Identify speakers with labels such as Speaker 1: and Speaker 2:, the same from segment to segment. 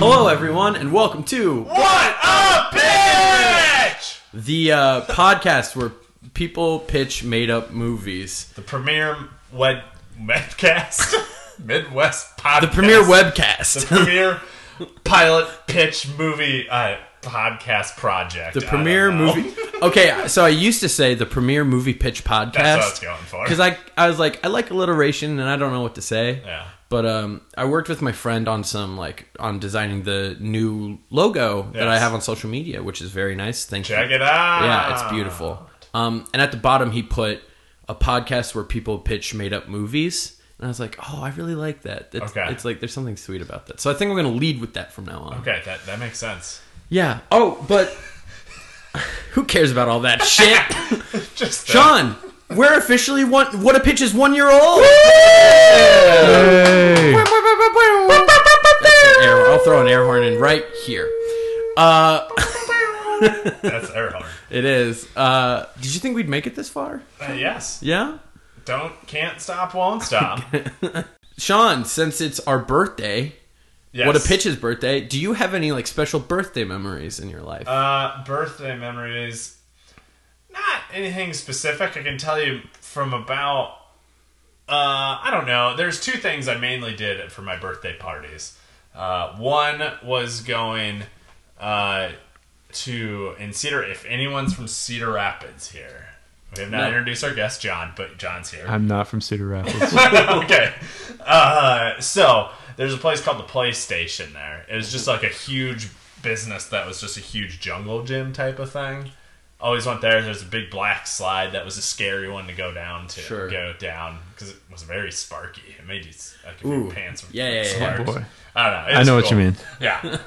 Speaker 1: Hello, everyone, and welcome to
Speaker 2: What a bitch!
Speaker 1: the uh, podcast where people pitch made-up movies.
Speaker 2: The premier web webcast, Midwest podcast,
Speaker 1: The premiere
Speaker 2: the
Speaker 1: webcast.
Speaker 2: premier pilot pitch movie uh, podcast project.
Speaker 1: The
Speaker 2: I
Speaker 1: premiere
Speaker 2: don't know.
Speaker 1: movie. Okay, so I used to say the premiere movie pitch podcast.
Speaker 2: That's what I was going for.
Speaker 1: Because I, I was like, I like alliteration, and I don't know what to say.
Speaker 2: Yeah.
Speaker 1: But um, I worked with my friend on some like on designing the new logo that I
Speaker 2: Yes.
Speaker 1: have on social media, which is very nice. Thank you.
Speaker 2: Check it out.
Speaker 1: Yeah, it's beautiful. Um, and at the bottom, he put a podcast where people pitch made up movies. And I was like, oh, I really like that. It's,
Speaker 2: Okay.
Speaker 1: it's like there's something sweet about that. So I think I'm going to lead with that from now on.
Speaker 2: Okay, that that makes sense.
Speaker 1: Yeah. Oh, but who cares about all that shit?
Speaker 2: Just that.
Speaker 1: John, we're officially one. What a pitch is one year old. That's an air- I'll throw an air horn in right here. Uh,
Speaker 2: That's air horn.
Speaker 1: it is. Uh, did you think we'd make it this far?
Speaker 2: Uh, yes.
Speaker 1: Yeah.
Speaker 2: Don't can't stop, won't stop.
Speaker 1: Sean, since it's our birthday,
Speaker 2: Yes.
Speaker 1: what a pitch's birthday. Do you have any like special birthday memories in your life?
Speaker 2: Uh, birthday memories. Not anything specific. I can tell you from about. Uh, I don't know. There's two things I mainly did for my birthday parties. Uh, one was going uh, to in Cedar. If anyone's from Cedar Rapids here, we have not
Speaker 1: No.
Speaker 2: introduced our guest John, but John's here.
Speaker 3: I'm not from Cedar Rapids.
Speaker 2: okay. Uh, so there's a place called the PlayStation there. It was just like a huge business that was just a huge jungle gym type of thing. Always went there. There's a big black slide that was a scary one to go down to
Speaker 1: Sure.
Speaker 2: go down because it was very sparky. It made you s- like if
Speaker 1: Ooh.
Speaker 2: your pants were
Speaker 1: Yeah, yeah, yeah.
Speaker 2: sparks.
Speaker 3: Oh, boy.
Speaker 2: I don't know. It
Speaker 3: I
Speaker 2: was
Speaker 3: know what
Speaker 2: cool.
Speaker 3: you mean.
Speaker 2: Yeah.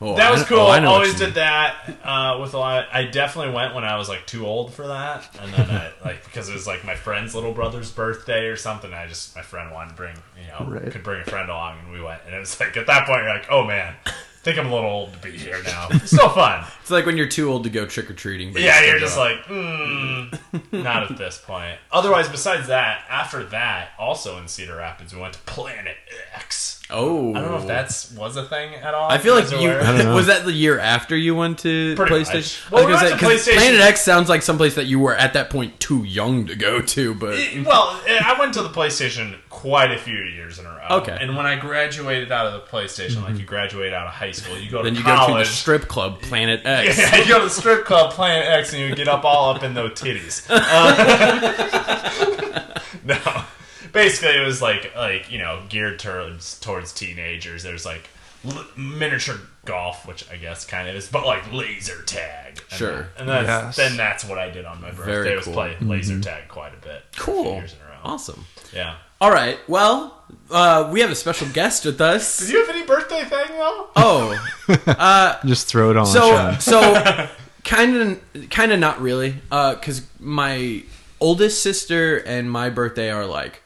Speaker 1: Oh,
Speaker 2: That
Speaker 1: I
Speaker 2: was
Speaker 1: know-
Speaker 2: cool.
Speaker 1: oh, I know what
Speaker 2: Always
Speaker 1: you
Speaker 2: did that uh, with a lot. I definitely went when I was like too old for that, and then I, like because it was like my friend's little brother's birthday or something. I just my friend wanted to bring you know
Speaker 3: Right.
Speaker 2: could bring a friend along, and we went. And it was like at that point you're like, oh man, I think I'm a little old to be here now. Still fun.
Speaker 1: It's like when you're too old to go trick or treating.
Speaker 2: yeah, you're just like, mm, not at this point. Otherwise, besides that, after that, also in Cedar Rapids, we went to Planet X.
Speaker 1: oh.
Speaker 2: I don't know if that's was a thing at all.
Speaker 1: I feel like
Speaker 2: Is it
Speaker 1: you
Speaker 2: where-
Speaker 3: don't know.
Speaker 1: was that the year after you went to
Speaker 2: Pretty much.
Speaker 1: PlayStation.
Speaker 2: Well, we
Speaker 1: I was
Speaker 2: went
Speaker 1: gonna
Speaker 2: to
Speaker 1: say, 'cause
Speaker 2: PlayStation.
Speaker 1: Planet X sounds like someplace that you were at that point too young to go to, but
Speaker 2: well, I went to the PlayStation quite a few years in a row.
Speaker 1: Okay. Mm-hmm.
Speaker 2: And when I graduated out of the PlayStation, like you graduate out of high school, you go to
Speaker 1: then you go to the
Speaker 2: college.
Speaker 1: strip club Planet X.
Speaker 2: Yeah, you go to the strip club, Planet X, and you get up all up in those titties. Uh, no, basically it was like like you know geared towards towards teenagers. There's like l- miniature golf, which I guess kind of is, but like laser tag. And-
Speaker 1: Sure.
Speaker 2: And that's,
Speaker 3: Yes.
Speaker 2: then that's what I did on my birthday.
Speaker 1: Very
Speaker 2: was
Speaker 1: cool. Mm-hmm.
Speaker 2: play laser tag quite a bit. for a few
Speaker 1: Cool.
Speaker 2: years in a row.
Speaker 1: Awesome.
Speaker 2: Yeah.
Speaker 1: All right. Well, uh, we have a special guest with us.
Speaker 2: Do you have any birthday thing though?
Speaker 1: Oh,
Speaker 3: Just throw it on.
Speaker 1: so
Speaker 3: Sean.
Speaker 1: so kind of kind of not really because my oldest sister and my birthday are like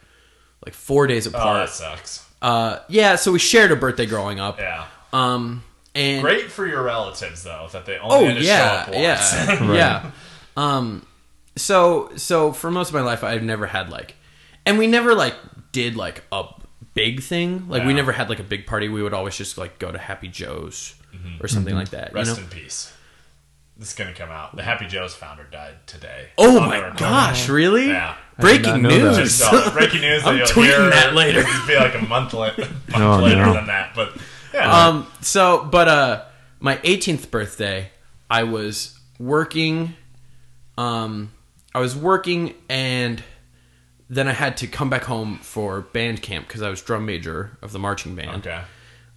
Speaker 1: like four days
Speaker 2: Oh, that
Speaker 1: apart
Speaker 2: sucks.
Speaker 1: uh yeah so we shared a birthday growing up
Speaker 2: Yeah.
Speaker 1: um and
Speaker 2: Great for your relatives though that they only
Speaker 1: oh
Speaker 2: had to
Speaker 1: yeah
Speaker 2: show up once.
Speaker 1: yeah yeah um so so for most of my life i've never had like and we never like did like a big thing like we
Speaker 2: Yeah.
Speaker 1: never had like a big party we would always just like go to happy joe's or something like that you
Speaker 2: Mm-hmm. Rest
Speaker 1: know?
Speaker 2: in peace. This is gonna come out. The Happy Joe's founder died today.
Speaker 1: Oh
Speaker 2: On
Speaker 1: my
Speaker 2: their-
Speaker 1: gosh, really?
Speaker 2: Yeah.
Speaker 1: Breaking
Speaker 3: I did not know that.
Speaker 1: news.
Speaker 2: Just uh, breaking news that
Speaker 1: I'm
Speaker 2: you'll
Speaker 1: tweeting
Speaker 2: hear.
Speaker 1: that later.
Speaker 2: It'll be like a month, la- month
Speaker 3: Oh,
Speaker 2: later
Speaker 3: no.
Speaker 2: than that, but yeah.
Speaker 1: Um so but uh my 18th birthday, I was working um I was working and then I had to come back home for band camp cuz I was drum major of the marching band.
Speaker 2: okay.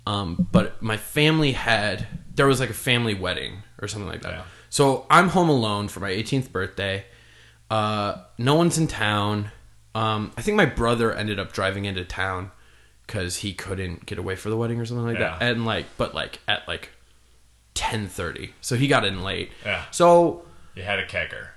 Speaker 1: Um, but my family had there was like a family wedding or something like that.
Speaker 2: Yeah.
Speaker 1: So I'm home alone for my 18th birthday. Uh, no one's in town. Um, I think my brother ended up driving into town because he couldn't get away for the wedding or something like that.
Speaker 2: Yeah.
Speaker 1: And like, but like at like 10:30, so he got in late.
Speaker 2: Yeah.
Speaker 1: So
Speaker 2: You had a kegger.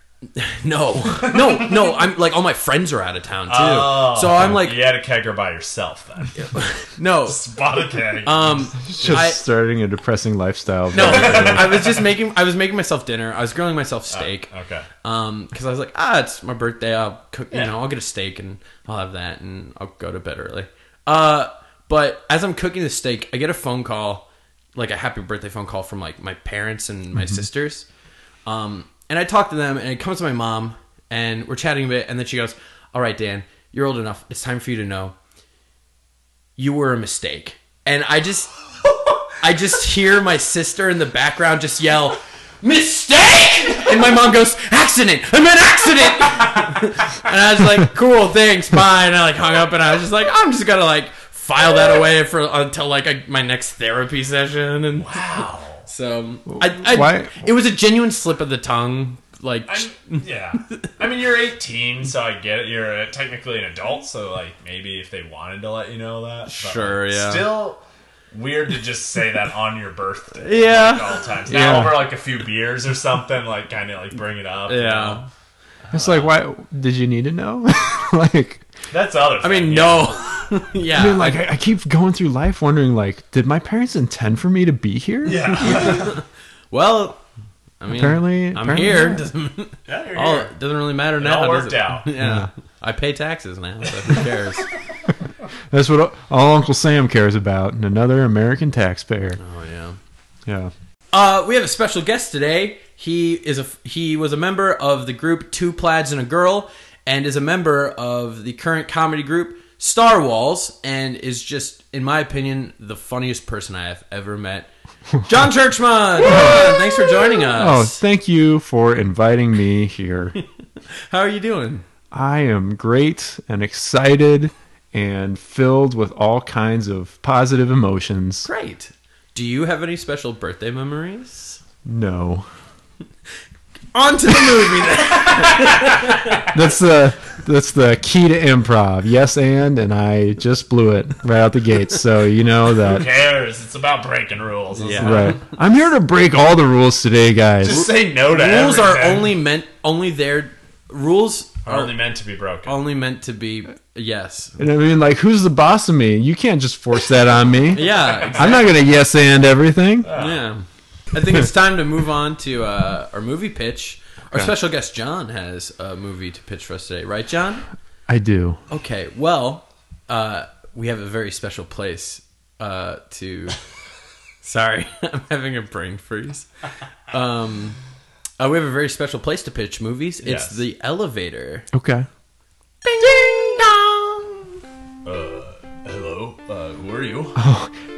Speaker 1: no, no, no. I'm like all my friends are out of town too.
Speaker 2: Oh.
Speaker 1: so I'm like
Speaker 2: You had a kegger by yourself then.
Speaker 1: no.
Speaker 2: Spot a keg.
Speaker 1: Um,
Speaker 3: just
Speaker 1: I-
Speaker 3: starting a depressing lifestyle.
Speaker 1: No, I was just making. I was making myself dinner. I was grilling myself steak.
Speaker 2: okay.
Speaker 1: Um, because I was like, ah, it's my birthday. I'll cook. You
Speaker 2: Yeah.
Speaker 1: know, I'll get a steak and I'll have that, and I'll go to bed early. Uh, but as I'm cooking the steak, I get a phone call like a happy birthday phone call from like my parents and my sisters. Um, and I talked to them, and it comes to my mom, and we're chatting a bit, and then she goes, "All right, Dan, you're old enough. It's time for you to know you were a mistake." And I just, I just hear my sister in the background just yell. Mistake! And my mom goes, accident! I'm an accident! And I was like, cool, thanks, bye. And I like hung up and I was just like, I'm just gonna like file that away for until like I, my next therapy session. And
Speaker 2: Wow.
Speaker 1: so I, I
Speaker 3: Why-
Speaker 1: it was a genuine slip of the tongue. Like
Speaker 2: I'm, yeah. I mean, you're 18, so I get it. You're uh, technically an adult, so like maybe if they wanted to let you know that. but,
Speaker 1: Sure,
Speaker 2: like,
Speaker 1: yeah.
Speaker 2: Still weird to just say that on your birthday.
Speaker 1: Yeah.
Speaker 2: Like, all times. Now
Speaker 3: Yeah.
Speaker 2: over like a few beers or something, like kind of like bring it up. you know?
Speaker 1: yeah.
Speaker 3: It's like, why did you need to know? like,
Speaker 2: That's the other.
Speaker 1: I
Speaker 2: thing,
Speaker 1: mean,
Speaker 2: yeah.
Speaker 1: no. yeah.
Speaker 3: I mean, like, I, I keep going through life wondering, like, did my parents intend for me to be here?
Speaker 2: Yeah.
Speaker 1: well, I mean,
Speaker 3: Apparently-
Speaker 1: I'm
Speaker 3: apparently
Speaker 1: here.
Speaker 3: not.
Speaker 1: Doesn't,
Speaker 2: yeah you're
Speaker 1: all,
Speaker 2: here.
Speaker 1: Oh, it doesn't really matter now.
Speaker 2: all
Speaker 1: does
Speaker 2: worked
Speaker 1: it?
Speaker 2: out.
Speaker 1: Yeah. I pay taxes now, so who cares?
Speaker 3: That's what all Uncle Sam cares about, and another American taxpayer.
Speaker 1: oh yeah.
Speaker 3: Yeah.
Speaker 1: Uh, we have a special guest today. He is a he was a member of the group Two Plaids and a Girl, and is a member of the current comedy group Star Walls, and is just, in my opinion, the funniest person I have ever met. John Churchman, John, thanks for joining
Speaker 3: Oh,
Speaker 1: us.
Speaker 3: thank you for inviting me here.
Speaker 1: How are you doing?
Speaker 3: I am great and excited and filled with all kinds of positive emotions.
Speaker 1: Great. Do you have any special birthday memories?
Speaker 3: No.
Speaker 1: On to the movie. Then.
Speaker 3: That's the that's the key to improv. Yes and and I just blew it right out the gates. So you know
Speaker 2: Who
Speaker 3: that
Speaker 2: cares? It's about breaking rules. isn't
Speaker 1: Yeah.
Speaker 2: it?
Speaker 3: right. I'm here to break all the rules today, guys.
Speaker 2: Just say no to
Speaker 1: rules are
Speaker 2: everything.
Speaker 1: only meant only there. Rules
Speaker 2: Are
Speaker 1: are
Speaker 2: only meant to be broken.
Speaker 1: only meant to be yes.
Speaker 3: and I mean like who's the boss of me? You can't just force that on me.
Speaker 1: Yeah,
Speaker 3: I'm not going to yes and everything.
Speaker 1: Yeah. I think it's time to move on to uh, our movie pitch. Our special guest John has a movie to pitch for us today, right, John?
Speaker 3: I do.
Speaker 1: Okay. Well, uh, we have a very special place uh, to. Sorry, I'm having a brain freeze. Um, uh, we have a very special place to pitch movies. It's
Speaker 2: Yes.
Speaker 1: the elevator.
Speaker 3: Okay.
Speaker 1: Ding, ding dong.
Speaker 2: Hello, uh, who are you?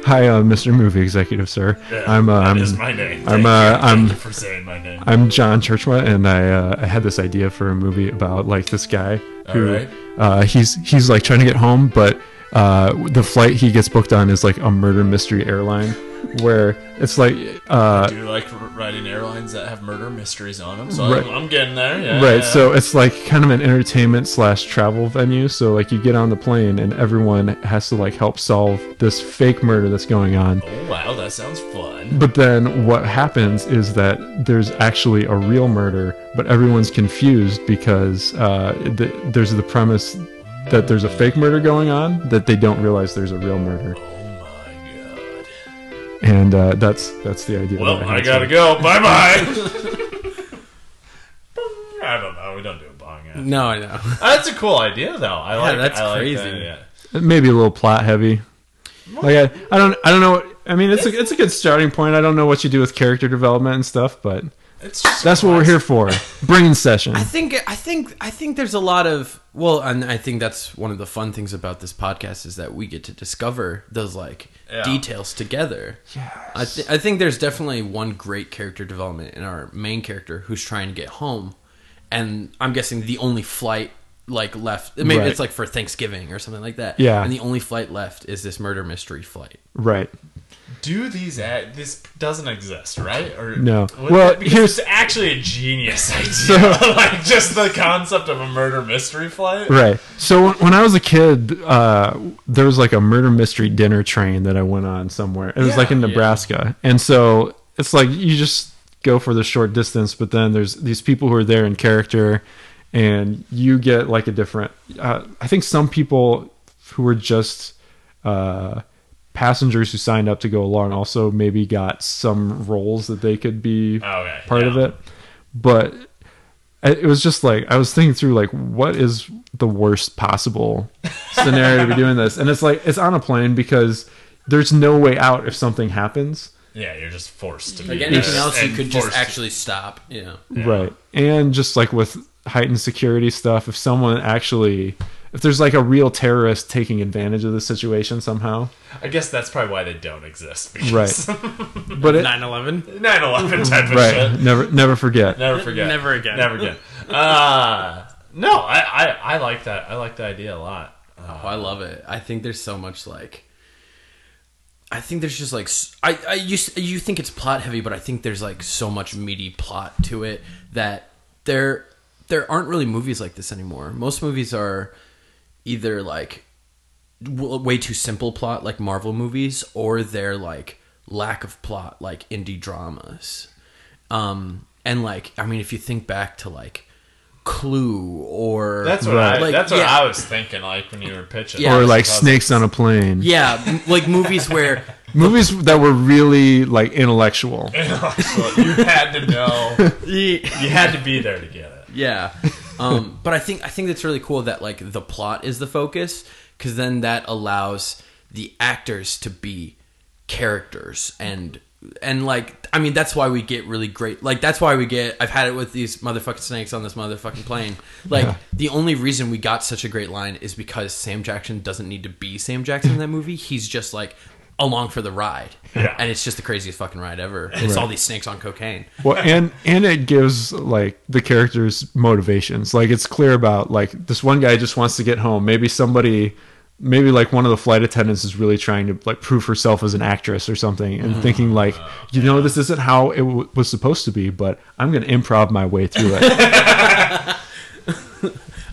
Speaker 3: Hi, uh, Mr. Movie Executive, sir.
Speaker 2: Yeah,
Speaker 3: I'm uh,
Speaker 2: that
Speaker 3: I'm,
Speaker 2: is my name.
Speaker 3: I'm,
Speaker 2: Thank you.
Speaker 3: uh,
Speaker 2: Thank
Speaker 3: I'm-
Speaker 2: you for saying my name.
Speaker 3: I'm John Churchma, and I uh, I had this idea for a movie about like this guy who
Speaker 2: Alright.
Speaker 3: uh, he's he's like trying to get home, but uh, the flight he gets booked on is like a murder mystery airline, where it's like uh,
Speaker 2: do like r- riding airlines that have murder mysteries on them. So
Speaker 3: Right.
Speaker 2: I'm, I'm getting there. Yeah,
Speaker 3: right,
Speaker 2: yeah.
Speaker 3: so it's like kind of an entertainment slash travel venue. So like you get on the plane, and everyone has to like help solve this fake murder that's going on.
Speaker 2: Oh, wow, that sounds fun.
Speaker 3: But then what happens is that there's actually a real murder, but everyone's confused because uh, th- there's the premise that there's a fake murder going on that they don't realize there's a real murder,
Speaker 2: Oh my god.
Speaker 3: and uh, that's that's the idea.
Speaker 2: Well,
Speaker 3: that
Speaker 2: I
Speaker 3: had,
Speaker 2: gotta
Speaker 3: so-
Speaker 2: go. Bye bye. I don't know. We don't do a bong
Speaker 3: Hmm.
Speaker 2: ad.
Speaker 1: No, I know.
Speaker 2: That's a cool idea, though. I like.
Speaker 1: that's
Speaker 2: I like
Speaker 1: crazy.
Speaker 2: That, yeah.
Speaker 3: It may be a little plot heavy. Like I, I don't I don't know. What, I mean, it's a it's a good starting point. I don't know what you do with character development and stuff, but
Speaker 2: It's just
Speaker 3: that's what we're here for. Brain session.
Speaker 1: I think I think I think there's a lot of well, and I think that's one of the fun things about this podcast is that we get to discover those like
Speaker 2: Yeah.
Speaker 1: details together. I, th- I think there's definitely one great character development in our main character who's trying to get home, and I'm guessing the only flight like left maybe
Speaker 3: Right.
Speaker 1: it's like for Thanksgiving or something like that.
Speaker 3: Yeah.
Speaker 1: and the only flight left is this murder mystery flight.
Speaker 3: Right.
Speaker 2: Do these ad? This doesn't exist, right? Or
Speaker 3: No.
Speaker 2: What-
Speaker 3: Well,
Speaker 2: because
Speaker 3: here's-
Speaker 2: it's actually a genius idea. like just the concept of a murder mystery flight.
Speaker 3: Right. So when, when I was a kid, uh, there was like a murder mystery dinner train that I went on somewhere. It was like in
Speaker 1: Yeah.
Speaker 3: Nebraska, and so it's like you just go for the short distance, but then there's these people who are there in character, and you get like a different. Uh, I think some people who were just uh, passengers who signed up to go along also maybe got some roles that they could be
Speaker 2: Okay,
Speaker 3: part of
Speaker 2: yeah.
Speaker 3: it, but I- it was just like I was thinking through like what is the worst possible scenario to be doing this, and it's like it's on a plane because there's no way out if something happens.
Speaker 2: Yeah, you're just forced to be
Speaker 1: Like
Speaker 2: there
Speaker 1: anything else, you
Speaker 2: and
Speaker 1: could just
Speaker 2: forced to-
Speaker 1: actually stop. You know.
Speaker 3: Right. And just like with heightened security stuff, if someone actually if there's like a real terrorist taking advantage of the situation somehow.
Speaker 2: I guess that's probably why they don't exist.
Speaker 3: Right.
Speaker 2: Because
Speaker 3: But it
Speaker 4: 9/11.
Speaker 2: 9/11 type of shit.
Speaker 3: Right. Never never forget.
Speaker 2: Never forget.
Speaker 4: Never again.
Speaker 2: Never again. Uh, no, I, I, I like that. I like the idea a lot. Uh,
Speaker 1: Oh, I love it. I think there's so much like. I think there's just like s- I, I you s- you think it's plot heavy, but I think there's like so much meaty plot to it that there there aren't really movies like this anymore. Most movies are either like w- way too simple plot like Marvel movies, or they're like lack of plot like indie dramas. Um, and like I mean, if you think back to like Clue or
Speaker 2: that's what I.
Speaker 1: Like,
Speaker 2: that's what
Speaker 1: yeah.
Speaker 2: I was thinking. Like when you were pitching,
Speaker 1: Yeah.
Speaker 3: or
Speaker 2: Like,
Speaker 3: like
Speaker 2: because-
Speaker 3: snakes on a plane.
Speaker 1: Yeah, m- like movies where
Speaker 3: Movies that were really like intellectual.
Speaker 2: you had to know. You had to be there to get it.
Speaker 1: yeah. Um, but I think I think that's really cool that like the plot is the focus because then that allows the actors to be characters and and like I mean that's why we get really great like that's why we get I've had it with these motherfucking snakes on this motherfucking plane like the only reason we got such a great line is because Sam Jackson doesn't need to be Sam Jackson in that movie he's just like along for the ride
Speaker 2: Yeah.
Speaker 1: and it's just the craziest fucking ride ever and it's all these snakes on cocaine
Speaker 3: well and and it gives like the characters motivations like it's clear about like this one guy just wants to get home maybe somebody maybe like one of the flight attendants is really trying to like prove herself as an actress or something
Speaker 2: Mm-hmm.
Speaker 3: and thinking like you know this isn't how it w- was supposed to be but i'm gonna improv my way through it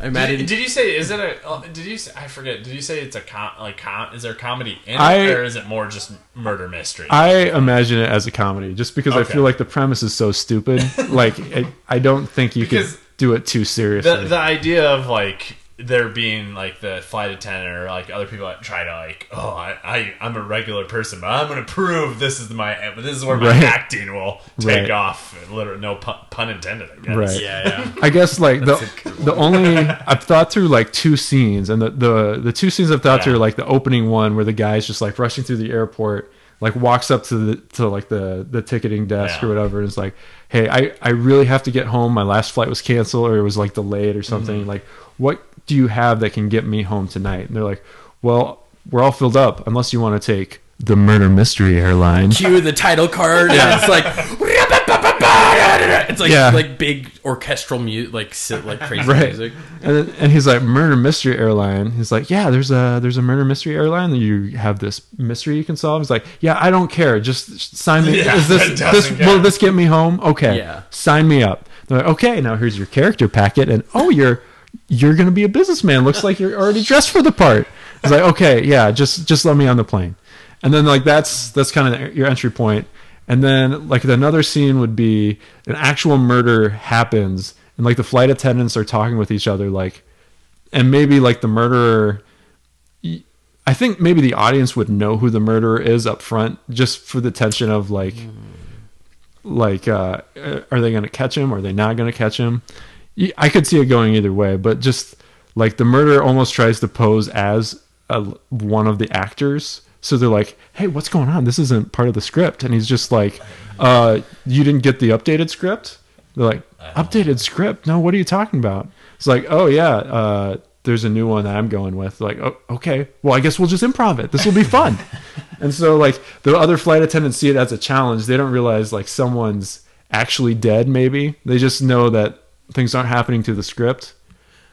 Speaker 1: I imagine
Speaker 2: Did you say is it a? uh, Did you? Say, I forget. Did you say it's a com, like com, Is there comedy in
Speaker 3: I-
Speaker 2: it, or is it more just murder mystery?
Speaker 3: i imagine it as a comedy just because i
Speaker 2: Okay.
Speaker 3: feel like the premise is so stupid like I, I don't think you
Speaker 2: Because
Speaker 3: could do it too seriously
Speaker 2: the the idea of like there being like the flight attendant or like other people that try to like oh I, I I'm a regular person but I'm gonna prove this is my this is where my
Speaker 3: Right.
Speaker 2: acting will take
Speaker 3: Right.
Speaker 2: off literally no pun, pun intended I guess
Speaker 3: Right.
Speaker 4: Yeah, yeah.
Speaker 3: I guess like the the only I've thought through like two scenes, and the the, the two scenes I've thought
Speaker 2: Yeah.
Speaker 3: through are, like the opening one where the guy's just like rushing through the airport, like walks up to the to like the the ticketing desk
Speaker 2: Yeah.
Speaker 3: or whatever, and is like, "Hey, I I really have to get home. My last flight was canceled or it was like delayed or something.
Speaker 2: Mm-hmm.
Speaker 3: Like, what do you have that can get me home tonight?" And they're like, "Well, we're all filled up unless you want to take." The murder mystery airline.
Speaker 1: cue the title card and it's like it's like
Speaker 3: Yeah.
Speaker 1: like big orchestral music like sit like crazy
Speaker 3: right.
Speaker 1: music
Speaker 3: And, then, and he's like, murder mystery airline. He's like, yeah, there's a there's a murder mystery airline. that You have this mystery you can solve. He's like, yeah, I don't care. Just sign me.
Speaker 2: Yeah,
Speaker 3: is
Speaker 2: it
Speaker 3: this this
Speaker 2: doesn't
Speaker 3: will
Speaker 2: care.
Speaker 3: this get me home? Okay,
Speaker 1: Yeah.
Speaker 3: sign me up. They're like, okay, now here's your character packet, and oh, you're you're gonna be a businessman. Looks like you're already dressed for the part. He's like, okay, yeah, just just let me on the plane. And then like that's that's kind of your entry point. And then like another scene would be an actual murder happens, and like the flight attendants are talking with each other, like, and maybe like the murderer. I think maybe the audience would know who the murderer is up front, just for the tension of like, like, uh, are they going to catch him? Are they not going to catch him? Y- I could see it going either way, but just like the murderer almost tries to pose as a, one of the actors, so they're like, "Hey, what's going on? This isn't part of the script," and he's just like, uh, "You didn't get the updated script." They're like, "Updated script? No, what are you talking about?" It's like, "Oh yeah." Uh, there's a new one that I'm going with. Like, oh, okay, well, I guess we'll just improv it. This will be fun. and so, like, the other flight attendants see it as a challenge. They don't realize, like, someone's actually dead, maybe. They just know that things aren't happening to the script.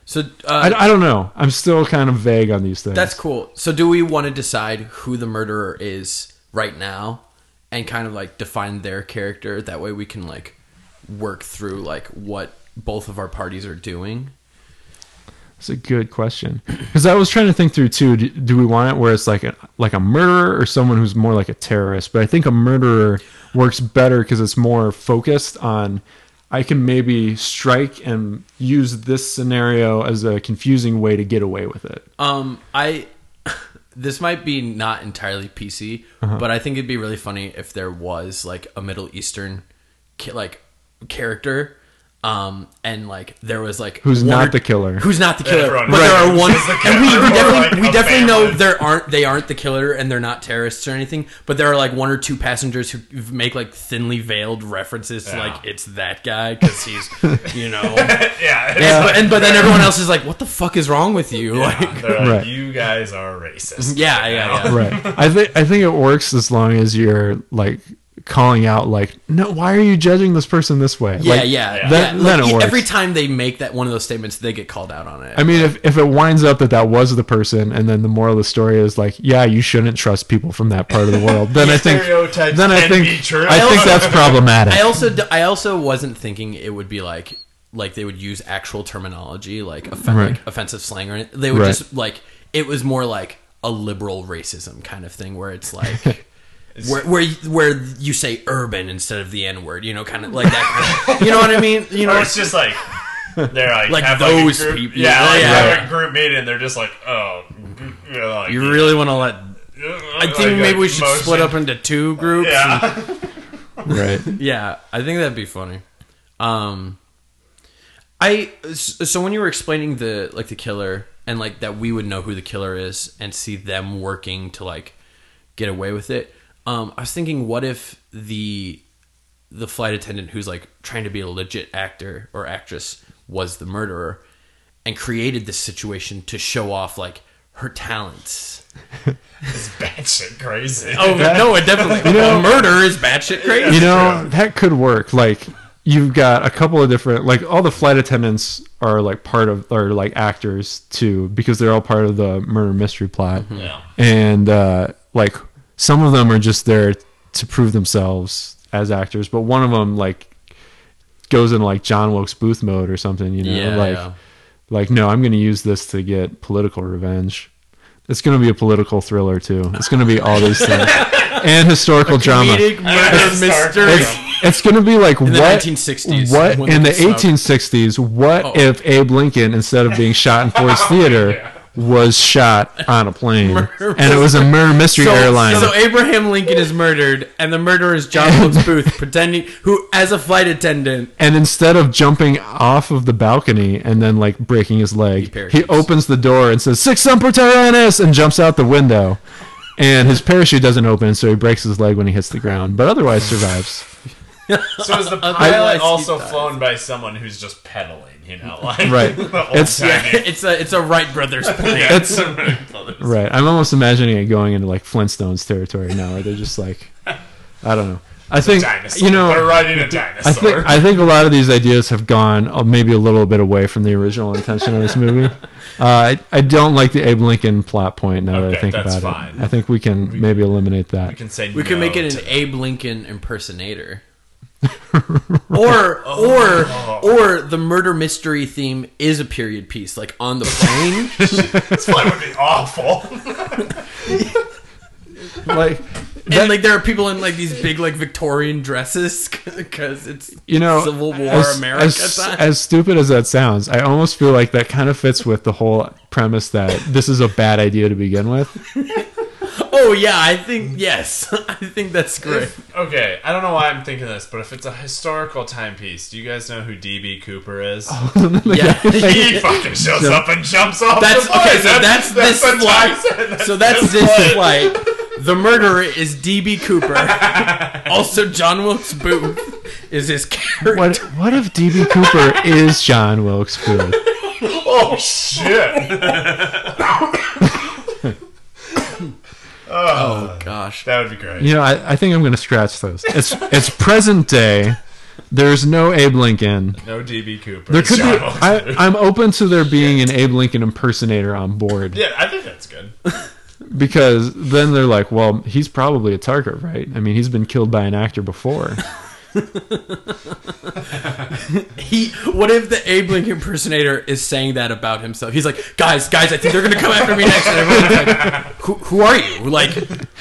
Speaker 1: so
Speaker 3: I,
Speaker 1: uh,
Speaker 3: I don't know. I'm still kind of vague on these things.
Speaker 1: that's cool so do we want to decide who the murderer is right now and kind of like define their character that way we can like work through like what both of our parties are doing
Speaker 3: That's a good question. Because I was trying to think through, too, do, do we want it where it's like a, like a murderer or someone who's more like a terrorist? But I think a murderer works better because it's more focused on I can maybe strike and use this scenario as a confusing way to get away with it.
Speaker 1: Um, I this might be not entirely PC,
Speaker 3: Uh-huh.
Speaker 1: but I think it'd be really funny if there was like a Middle Eastern ki- like character Um, and like there was like
Speaker 3: Who's
Speaker 1: one
Speaker 3: not
Speaker 1: or-
Speaker 3: the killer.
Speaker 1: Who's not the killer?
Speaker 2: Everyone
Speaker 1: but there
Speaker 2: knows
Speaker 1: are one,
Speaker 2: who's the
Speaker 1: and we,
Speaker 2: killer.
Speaker 1: we
Speaker 2: We're
Speaker 1: definitely
Speaker 2: like
Speaker 1: we
Speaker 2: a
Speaker 1: definitely know
Speaker 2: family.
Speaker 1: there aren't they aren't the killer and they're not terrorists or anything. But there are like one or two passengers who make like thinly veiled references to
Speaker 2: Yeah.
Speaker 1: like it's that guy because he's you know.
Speaker 2: yeah, it's
Speaker 1: But, and but then everyone else is like, what the fuck is wrong with you? Like,
Speaker 2: like- ah, they're like,
Speaker 3: Right.
Speaker 2: you guys are racist.
Speaker 1: yeah, yeah, yeah.
Speaker 3: right. I think I think it works as long as you're like calling out like, no, why are you judging this person this way?
Speaker 1: Yeah,
Speaker 3: Like,
Speaker 1: yeah, yeah.
Speaker 3: Then, then
Speaker 1: Like,
Speaker 3: it
Speaker 1: e-
Speaker 3: works.
Speaker 1: Every time they make that one of those statements, they get called out on it.
Speaker 3: I mean, if, if it winds up that that was the person, and then the moral of the story is like, yeah, you shouldn't trust people from that part of the world, then I think
Speaker 2: Stereotypes
Speaker 3: then I
Speaker 2: can
Speaker 3: think
Speaker 2: be true.
Speaker 3: I think that's problematic.
Speaker 1: I also d- I also wasn't thinking it would be like like they would use actual terminology like, offen-
Speaker 3: Right.
Speaker 1: like offensive slang or anyth- they would
Speaker 3: Right.
Speaker 1: just like it was more like a liberal racism kind of thing where it's like where where y- where you say urban instead of the n word you know kind of like that kind of, you know what I mean you know
Speaker 2: Or it's just like they're like,
Speaker 1: Like
Speaker 2: have
Speaker 1: those
Speaker 2: like a group,
Speaker 1: people.
Speaker 2: Yeah, like
Speaker 1: Yeah,
Speaker 2: have
Speaker 1: yeah.
Speaker 2: a group meeting. and They're just like, oh, you know, like, uh,
Speaker 1: you really want to let I
Speaker 2: I
Speaker 1: think maybe we should split up into two groups and-
Speaker 2: Yeah,
Speaker 3: right.
Speaker 1: yeah I think that'd be funny um I so when you were explaining the like the killer and like that we would know who the killer is and see them working to like get away with it. Um, I was thinking, what if the the flight attendant who's like trying to be a legit actor or actress was the murderer and created this situation to show off like her talents.
Speaker 2: it's batshit crazy.
Speaker 1: Oh no, it definitely. a murder is batshit crazy.
Speaker 3: you know that could work like you've got a couple of different like all the flight attendants are like part of or like actors too because they're all part of the murder mystery plot
Speaker 2: Yeah.
Speaker 3: and uh like some of them are just there to prove themselves as actors but one of them like goes in like john wilkes booth mode or something you know
Speaker 1: Yeah,
Speaker 3: like
Speaker 1: yeah.
Speaker 3: like no i'm gonna use this to get political revenge it's gonna be a political thriller too it's gonna be all these things and historical drama
Speaker 1: Comedic
Speaker 2: It's-
Speaker 1: murder mystery.
Speaker 3: it's, it's going to be like
Speaker 1: the
Speaker 3: what
Speaker 1: 1960s,
Speaker 3: What
Speaker 1: when
Speaker 3: in the
Speaker 1: they smoked.
Speaker 3: 1860s? What
Speaker 1: Oh.
Speaker 3: if Abe Lincoln, instead of being shot in Ford's Theater, was shot on a plane,
Speaker 1: Murder
Speaker 3: and it was a murder mystery
Speaker 1: So,
Speaker 3: airline?
Speaker 1: so Abraham Lincoln is murdered, and the murderer is John Wilkes Booth, pretending who as a flight attendant.
Speaker 3: and instead of jumping off of the balcony and then like breaking his leg, he,
Speaker 1: parachutes.
Speaker 3: opens the door and says "Six Semper Tyrannis" and jumps out the window. And his parachute doesn't open, so he breaks his leg when he hits the ground, but otherwise survives.
Speaker 2: So is the
Speaker 1: Otherwise he
Speaker 2: pilot also
Speaker 1: dies.
Speaker 2: flown by someone who's just pedaling? You know, like
Speaker 3: Right.
Speaker 2: the old
Speaker 3: It's-
Speaker 2: timey-
Speaker 1: It's a it's a Wright brothers plane.
Speaker 2: yeah,
Speaker 3: it's- Right. I'm almost imagining it going into like Flintstones territory now, where they're just like, I don't know. I think
Speaker 2: dinosaur.
Speaker 3: you know.
Speaker 2: they're riding a
Speaker 3: I
Speaker 2: dinosaur.
Speaker 3: think I think a lot of these ideas have gone uh, maybe a little bit away from the original intention of this movie. Uh, I, I don't like the Abe Lincoln plot point now that I
Speaker 2: Okay,
Speaker 3: think
Speaker 2: that's
Speaker 3: about
Speaker 2: fine.
Speaker 3: it. I think we can maybe eliminate
Speaker 2: we
Speaker 3: that.
Speaker 2: can say
Speaker 1: We could
Speaker 2: no
Speaker 1: make
Speaker 2: to
Speaker 1: it an Abe Lincoln impersonator. or or or the murder mystery theme is a period piece, like on the plane.
Speaker 2: This flight would be awful.
Speaker 3: like
Speaker 1: and like there are people in like these big like Victorian dresses because it's
Speaker 3: you know,
Speaker 1: Civil War
Speaker 3: as,
Speaker 1: America
Speaker 3: as,
Speaker 1: time.
Speaker 3: as stupid as that sounds, I almost feel like that kind of fits with the whole premise that this is a bad idea to begin with.
Speaker 1: oh yeah, I think yes, I think that's great.
Speaker 2: okay, I don't know why I'm thinking this, but if it's a historical timepiece, do you guys know who DB Cooper is?
Speaker 1: Yeah.
Speaker 2: he fucking shows up and jumps off.
Speaker 1: That's
Speaker 2: the plane.
Speaker 1: okay. So that's, this
Speaker 2: the
Speaker 1: flight.
Speaker 2: time- that's
Speaker 1: so that's
Speaker 2: this
Speaker 1: this
Speaker 2: flight.
Speaker 1: flight. The murderer is DB Cooper. also, John Wilkes Booth is his character.
Speaker 3: What what if DB Cooper is John Wilkes Booth?
Speaker 2: Oh shit!
Speaker 1: Oh gosh.
Speaker 2: That would be great.
Speaker 3: You know, I, I think I'm going to scratch those. It's it's present day. There's no Abe Lincoln.
Speaker 2: No DB Cooper.
Speaker 3: There could be.
Speaker 2: John Wilkes
Speaker 3: I,
Speaker 2: Booth.
Speaker 3: I'm open to there being an Abe Lincoln impersonator on board
Speaker 2: yeah, I think that's good.
Speaker 3: because then they're like, well, he's probably a target, right? I mean, he's been killed by an actor before.
Speaker 1: He. What if the Abe Lincoln impersonator is saying that about himself? He's like, guys, guys, I think they're gonna come after me next. And everyone's like, who, who are you? Like,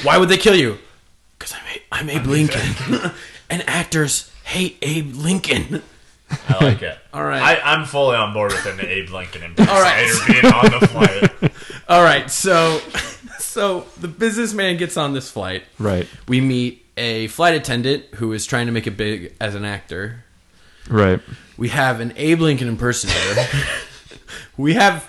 Speaker 1: why would they kill you? Because I'm, A- I'm Abe Lincoln, and actors hate Abe Lincoln.
Speaker 2: I like it.
Speaker 1: All right.
Speaker 2: I, I'm fully on board with an Abe Lincoln impersonator
Speaker 1: All right.
Speaker 2: being on the flight.
Speaker 1: All right, so so the businessman gets on this flight.
Speaker 3: Right.
Speaker 1: We meet a flight attendant who is trying to make it big as an actor.
Speaker 3: Right.
Speaker 1: We have an Abe Lincoln impersonator. we have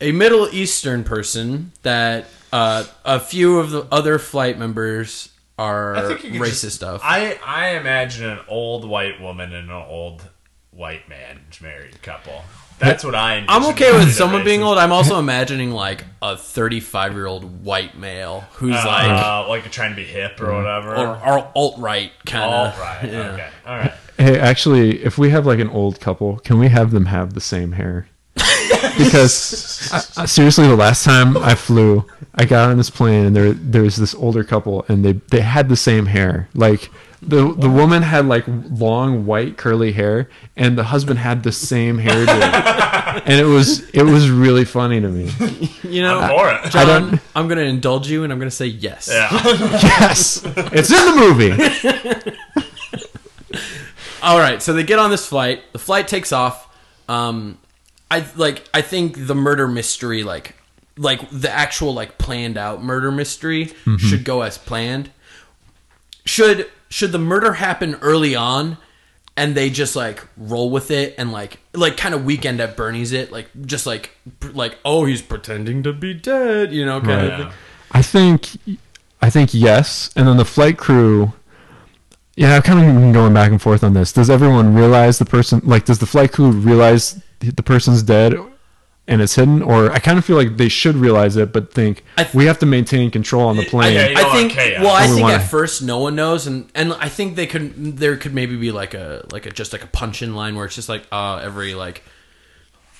Speaker 1: a Middle Eastern person that uh, a few of the other flight members are
Speaker 2: I think you could
Speaker 1: racist
Speaker 2: just-
Speaker 1: of.
Speaker 2: I I imagine an old white woman and an old white man married couple. That's what I.
Speaker 1: I'm
Speaker 2: envision
Speaker 1: okay
Speaker 2: as
Speaker 1: with
Speaker 2: the
Speaker 1: someone being
Speaker 2: racist-
Speaker 1: old. I'm also imagining like a 35 year old white male who's
Speaker 2: Uh,
Speaker 1: like Mm.
Speaker 2: like, trying to be hip or whatever.
Speaker 1: or, uh, or alt right kind
Speaker 2: All
Speaker 1: of.
Speaker 2: right. Okay. All right.
Speaker 3: Hey, actually, if we have like an old couple, can we have them have the same hair? because I, I- seriously, the last time I flew, I got on this plane and there there was this older couple and they they had the same hair. Like the the woman had like long white curly hair and the husband had the same hairdo. and it was it was really funny to me.
Speaker 1: You know,
Speaker 2: For it.
Speaker 3: I
Speaker 1: John,
Speaker 3: don't-
Speaker 1: Um, I'm going to indulge you and I'm going to say yes.
Speaker 2: Yeah.
Speaker 3: Yes, it's in the movie.
Speaker 1: All right, so they get on this flight. The flight takes off. Um, I like. I think the murder mystery, like, like the actual like planned out murder mystery, should go as planned. Should should the murder happen early on, and they just like roll with it and like like kind of weekend at Bernie's it like just like pr- like oh he's pretending to be dead you know kind
Speaker 2: Right.
Speaker 1: of thing.
Speaker 3: I think, I think yes. And then the flight crew. Yeah, I've kind of been going back and forth on this. Does everyone realize the person? Like, does the flight crew realize the person's dead and it's hidden? Or I kind of feel like they should realize it, but think
Speaker 1: I th-
Speaker 3: we have to maintain control on the plane.
Speaker 2: okay. You don't
Speaker 1: I
Speaker 2: want
Speaker 1: think.
Speaker 2: chaos.
Speaker 1: Well, I
Speaker 3: We
Speaker 1: think
Speaker 3: wanna-
Speaker 1: at first no one knows, and and I think they could there could maybe be like a like a just like a punch in line where it's just like uh every like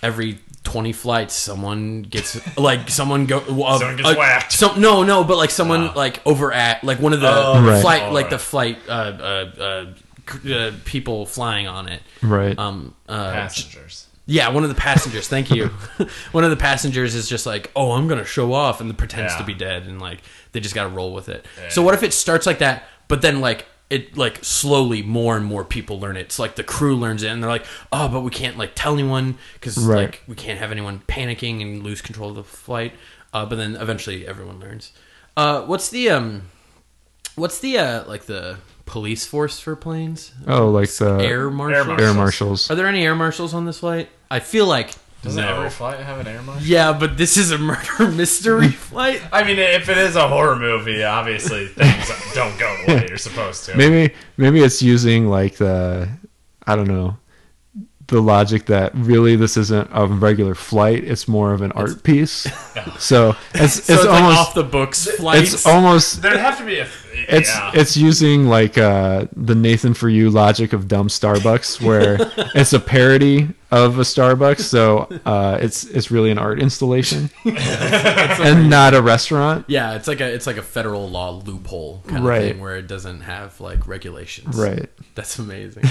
Speaker 1: every twenty flights someone gets like someone go uh,
Speaker 2: Someone gets
Speaker 1: uh,
Speaker 2: whacked. Ah.
Speaker 1: Some no no, but like someone like over at like one of the
Speaker 2: Oh,
Speaker 3: Right.
Speaker 1: flight
Speaker 2: all
Speaker 1: like
Speaker 2: right.
Speaker 1: the flight uh uh. uh c- uh, people flying on it
Speaker 3: Right.
Speaker 1: um uh
Speaker 2: Passengers.
Speaker 1: yeah one of the passengers thank you one of the passengers is just like oh i'm gonna show off and pretends
Speaker 2: Yeah.
Speaker 1: to be dead and like they just gotta roll with it
Speaker 2: Yeah.
Speaker 1: so what if it starts like that but then like it like slowly more and more people learn it it's like the crew learns it and they're like oh but we can't like tell anyone because
Speaker 3: Right.
Speaker 1: like we can't have anyone panicking and lose control of the flight uh, but then eventually everyone learns uh, what's the um what's the uh like the police force for planes
Speaker 3: oh, like
Speaker 2: Uh,
Speaker 3: the
Speaker 1: air marshal
Speaker 2: marshal.
Speaker 3: air marshals.
Speaker 1: are there any air marshals on this flight? I feel like
Speaker 2: Doesn't
Speaker 1: no.
Speaker 2: every flight have an air marshal?
Speaker 1: Yeah, but this is a murder mystery flight.
Speaker 2: I mean, if it is a horror movie, obviously things don't go the way you're supposed to.
Speaker 3: Maybe maybe it's using like the I don't know the logic that really this isn't a regular flight; it's more of an art piece. So it's
Speaker 1: So
Speaker 3: it's,
Speaker 1: it's, like
Speaker 3: almost
Speaker 1: off the books flights.
Speaker 3: it's almost
Speaker 2: There'd have to be a.
Speaker 3: it's
Speaker 2: yeah.
Speaker 3: it's using like uh, the Nathan for you logic of dumb Starbucks, where it's a parody of a Starbucks, so uh, it's it's really an art installation and not a restaurant.
Speaker 1: yeah, it's like a it's like a federal law loophole kind
Speaker 3: Right.
Speaker 1: of thing where it doesn't have like regulations.
Speaker 3: Right.
Speaker 1: That's amazing.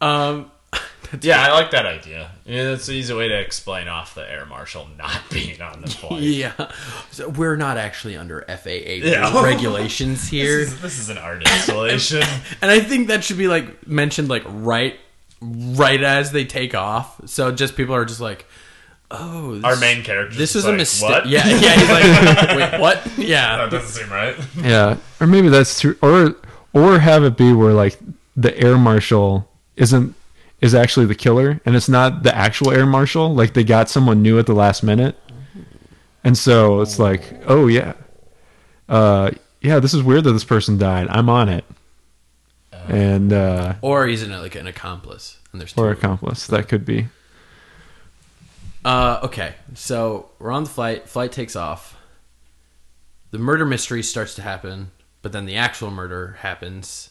Speaker 1: um
Speaker 2: yeah, I like that idea. Yeah, that's an easy way to explain off the air marshal not being on the flight.
Speaker 1: yeah. So we're not actually under FAA
Speaker 2: Yeah.
Speaker 1: regulations here.
Speaker 2: This, is, this is an art installation.
Speaker 1: and I think that should be like mentioned like right right as they take off. So just people are just like, oh, this,
Speaker 2: Our main character.
Speaker 1: This is a
Speaker 2: like,
Speaker 1: mistake.
Speaker 2: What?
Speaker 1: Yeah, yeah. He's like, wait, what? Yeah,
Speaker 2: that doesn't seem right.
Speaker 3: Yeah, or maybe that's true, or or have it be where like the air marshal isn't is actually the killer, and it's not the actual air marshal. Like they got someone new at the last minute, and so it's like, oh yeah, uh, yeah, this is weird that this person died. I'm on it, and uh,
Speaker 1: or he's an, like an accomplice, and there's two.
Speaker 3: or accomplice that could be
Speaker 1: Uh, okay, so we're on the flight. Flight takes off. The murder mystery starts to happen, but then the actual murder happens.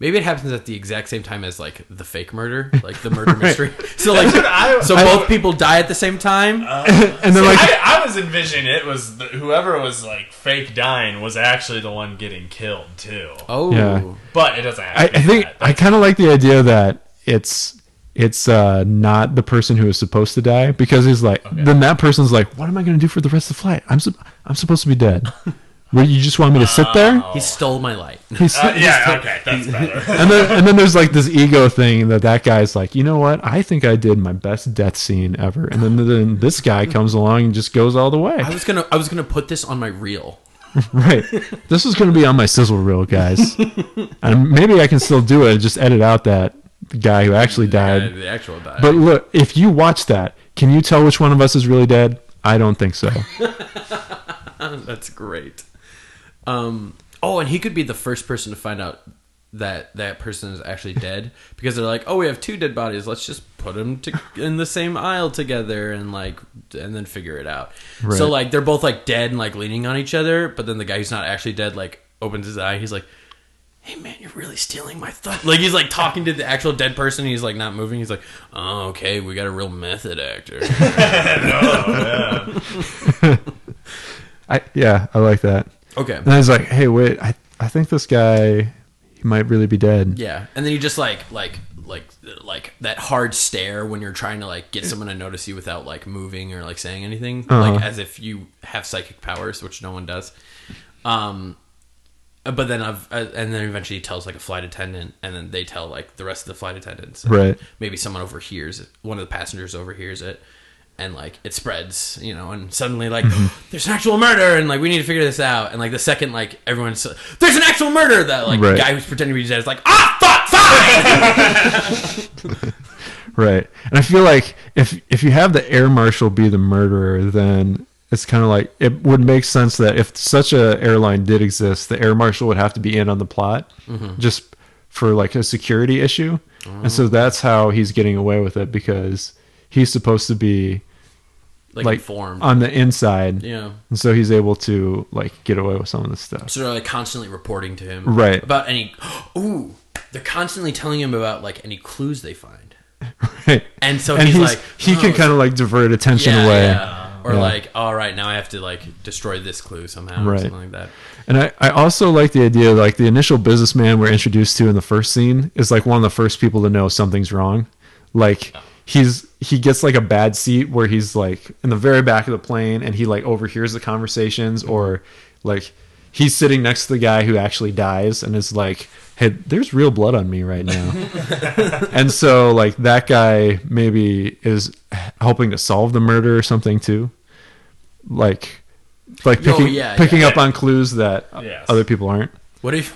Speaker 1: Maybe it happens at the exact same time as like the fake murder, like the murder mystery. So like,
Speaker 2: I-
Speaker 1: so
Speaker 2: I- Uh,
Speaker 1: both people die at the same time.
Speaker 3: and then like
Speaker 2: I, I was envisioning it was the, whoever was like fake dying was actually the one getting killed too.
Speaker 1: oh,
Speaker 3: Yeah.
Speaker 2: But it doesn't. Have
Speaker 3: I,
Speaker 2: to be
Speaker 3: I think
Speaker 2: that.
Speaker 3: I kind of like the idea that it's it's uh, not the person who is supposed to die because he's like then that person's like, what am I going to do for the rest of the flight? I'm sup I'm supposed to be dead. Where you just want me to sit there?
Speaker 1: he stole my light.
Speaker 3: He's-
Speaker 2: Uh, yeah. Okay, that's better.
Speaker 3: and then and then there's like this ego thing that that guy's like, you know what? I think I did my best death scene ever. And then then this guy comes along and just goes all the way.
Speaker 1: I was gonna, I was gonna put this on my reel.
Speaker 3: Right. This is going to be on my sizzle reel, guys. and maybe I can still do it. Just edit out that guy who actually died.
Speaker 1: The actual died.
Speaker 3: But look, if you watch that, can you tell which one of us is really dead? I don't think so.
Speaker 1: That's great. Um, oh, and he could be the first person to find out that that person is actually dead because they're like, oh, we have two dead bodies. Let's just put them to- in the same aisle together and like, and then figure it out.
Speaker 3: Right.
Speaker 1: So like, they're both like dead and like leaning on each other. But then the guy who's not actually dead like opens his eye. He's like. Hey man, you're really stealing my thought. Like he's like talking to the actual dead person. He's like not moving. He's like, "Oh, okay, we got a real method actor."
Speaker 3: I yeah, I like that.
Speaker 1: Okay.
Speaker 3: And I was like, hey, wait, I, I think this guy he might really be dead.
Speaker 1: Yeah, and then you just like like like like that hard stare when you're trying to like get someone to notice you without like moving or like saying anything, like
Speaker 3: Uh-huh.
Speaker 1: as if you have psychic powers, which no one does. Um, uh, but then I've uh, and then eventually he tells like a flight attendant, and then they tell like the rest of the flight attendants. And
Speaker 3: Right.
Speaker 1: Maybe someone overhears it. One of the passengers overhears it. And like it spreads, you know, and suddenly like
Speaker 3: Mm-hmm.
Speaker 1: there's an actual murder, and like we need to figure this out. And like the second like everyone's there's an actual murder, that like
Speaker 3: Right.
Speaker 1: guy who's pretending to be dead is like ah fuck fine.
Speaker 3: Right. And I feel like if if you have the air marshal be the murderer, then it's kind of like it would make sense that if such a airline did exist, the air marshal would have to be in on the plot
Speaker 1: Mm-hmm.
Speaker 3: just for like a security issue. And
Speaker 1: Oh.
Speaker 3: so that's how he's getting away with it because he's supposed to be
Speaker 1: like,
Speaker 3: like uh,
Speaker 1: informed,
Speaker 3: on the inside.
Speaker 1: you know.
Speaker 3: And so he's able to like get away with some of this stuff.
Speaker 1: So they're like constantly reporting to him,
Speaker 3: Right.
Speaker 1: About any ooh, they're constantly telling him about like any clues they find,
Speaker 3: Right.
Speaker 1: and so
Speaker 3: and
Speaker 1: he's,
Speaker 3: he's,
Speaker 1: like
Speaker 3: he
Speaker 1: "Oh,
Speaker 3: can kind of like divert attention
Speaker 1: yeah,
Speaker 3: away.
Speaker 1: yeah." or
Speaker 3: Yeah.
Speaker 1: like all right, now I have to like destroy this clue somehow, or
Speaker 3: Right.
Speaker 1: something like that.
Speaker 3: And I, I also like the idea like the initial businessman we're introduced to in the first scene is like one of the first people to know something's wrong. Like he's he gets like a bad seat where he's like in the very back of the plane and he like overhears the conversations or like he's sitting next to the guy who actually dies and is like, Hey, there's real blood on me right now. and so like that guy maybe is helping to solve the murder or something too. Like like
Speaker 1: Yo,
Speaker 3: picking
Speaker 1: yeah,
Speaker 3: picking
Speaker 2: yeah.
Speaker 3: up on clues that
Speaker 2: Yes.
Speaker 3: other people aren't.
Speaker 1: What if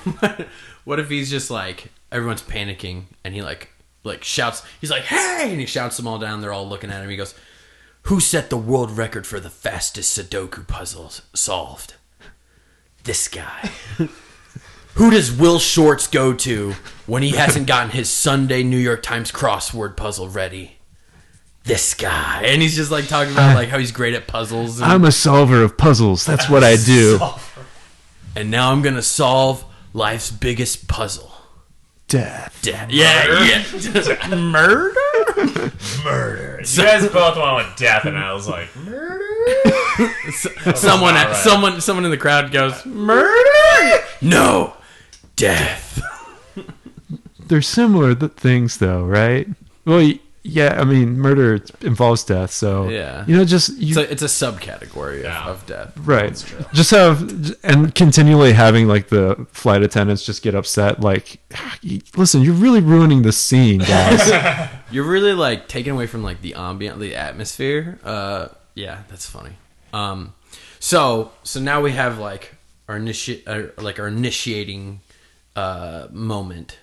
Speaker 1: what if he's just like everyone's panicking and he like like shouts he's like hey and he shouts them all down they're all looking at him he goes who set the world record for the fastest sudoku puzzles solved this guy who does will shorts go to when he hasn't gotten his sunday new york times crossword puzzle ready this guy and he's just like talking about like how he's great at puzzles and,
Speaker 3: I'm a solver of puzzles. That's what I do.
Speaker 1: and now i'm gonna solve life's biggest puzzle
Speaker 3: Death.
Speaker 1: Death. Yeah, yeah. Murder?
Speaker 2: Murder. You guys both went with death, and I was like, murder?
Speaker 1: someone,
Speaker 2: All right.
Speaker 1: someone, someone in the crowd goes, "Murder? No, death."
Speaker 3: They're similar th- things, though, right? Well, y- yeah. I mean, murder involves death, so
Speaker 1: Yeah.
Speaker 3: You know, just
Speaker 1: It's
Speaker 3: you
Speaker 1: a, it's a subcategory of,
Speaker 2: Yeah.
Speaker 1: of death.
Speaker 3: right. Just have j- and continually having like the flight attendants just get upset. Like, "Ah, y- listen, you're really ruining the scene, guys.
Speaker 1: You're really like taken away from like the ambient, the atmosphere. Uh, yeah, that's funny. Um, so so now we have like our initi- uh, like our initiating uh moment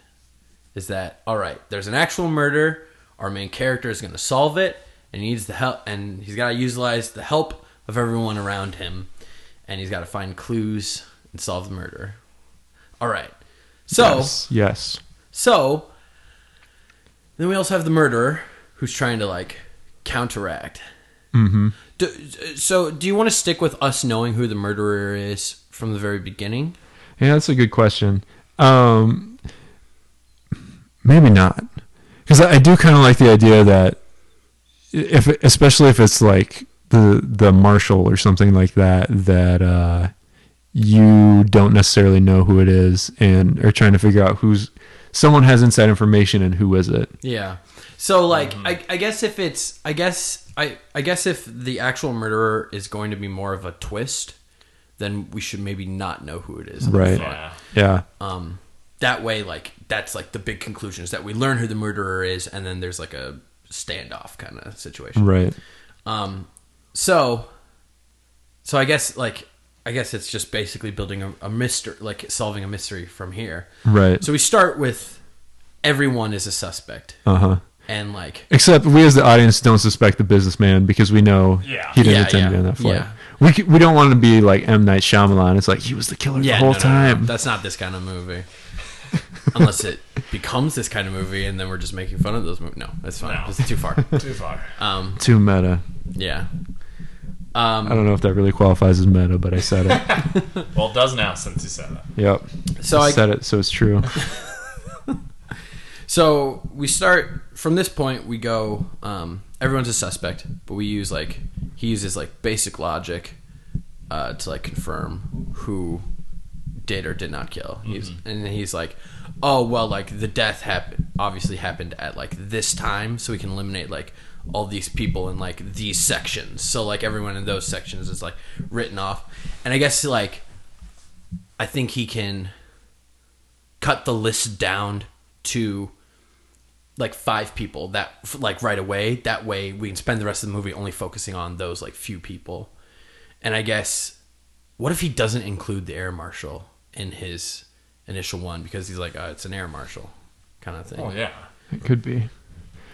Speaker 1: is that all right? There's an actual murder. Our main character is going to solve it, and he needs the help, and he's got to utilize the help of everyone around him, and he's got to find clues and solve the murder. All right. So
Speaker 3: yes, yes.
Speaker 1: so then we also have the murderer who's trying to like counteract.
Speaker 3: Mm-hmm.
Speaker 1: Do, so do you want to stick with us knowing who the murderer is from the very beginning?
Speaker 3: Yeah, that's a good question. Um, maybe not, because I, I do kind of like the idea that if, especially if it's like the the marshal or something like that, that uh, you don't necessarily know who it is and are trying to figure out who's someone has inside information and who is it.
Speaker 1: Yeah. So like
Speaker 3: Mm-hmm.
Speaker 1: I, I guess if it's I guess I I guess if the actual murderer is going to be more of a twist, then we should maybe not know who it is. up
Speaker 3: Right.
Speaker 1: front.
Speaker 2: Yeah.
Speaker 3: Yeah.
Speaker 1: Um that way like that's like the big conclusion is that we learn who the murderer is and then there's like a standoff kind of situation.
Speaker 3: Right.
Speaker 1: Um, so, so I guess like I guess it's just basically building a, a mystery, like solving a mystery from here.
Speaker 3: Right.
Speaker 1: So we start with everyone is a suspect,
Speaker 3: Uh huh.
Speaker 1: and like
Speaker 3: Except we as the audience don't suspect the businessman because we know
Speaker 2: Yeah.
Speaker 3: he didn't
Speaker 1: Yeah,
Speaker 3: intend
Speaker 1: yeah,
Speaker 3: to be on that flight.
Speaker 1: yeah.
Speaker 3: We, c- we don't want to be like M. Night Shyamalan. It's like he was the killer the whole
Speaker 1: no, no, no, no.
Speaker 3: time.
Speaker 1: That's not this kind of movie. Unless it becomes this kind of movie, and then we're just making fun of those movies. No, that's fine.
Speaker 2: No.
Speaker 1: It's too far.
Speaker 2: Too far.
Speaker 1: Um,
Speaker 3: Too meta.
Speaker 1: yeah.
Speaker 3: I
Speaker 1: Um,
Speaker 3: don't know if that really qualifies as meta, but I said it.
Speaker 2: Well, it does now since you said that.
Speaker 3: yep.
Speaker 1: so
Speaker 3: I
Speaker 1: I
Speaker 3: said it, so it's true.
Speaker 1: So we start from this point. We go. Um, everyone's a suspect, but we use like he uses like basic logic uh, to like confirm who did or did not kill. He's, and then he's like, "Oh well, like the death happened obviously happened at like this time, so we can eliminate like all these people in like these sections. So like everyone in those sections is like written off. And I guess like I think he can cut the list down to like five people that f- like right away that way we can spend the rest of the movie only focusing on those like few people and i guess what if he doesn't include the air marshal in his initial one because he's like oh, it's an air marshal kind of thing
Speaker 2: Oh yeah.
Speaker 3: It could be.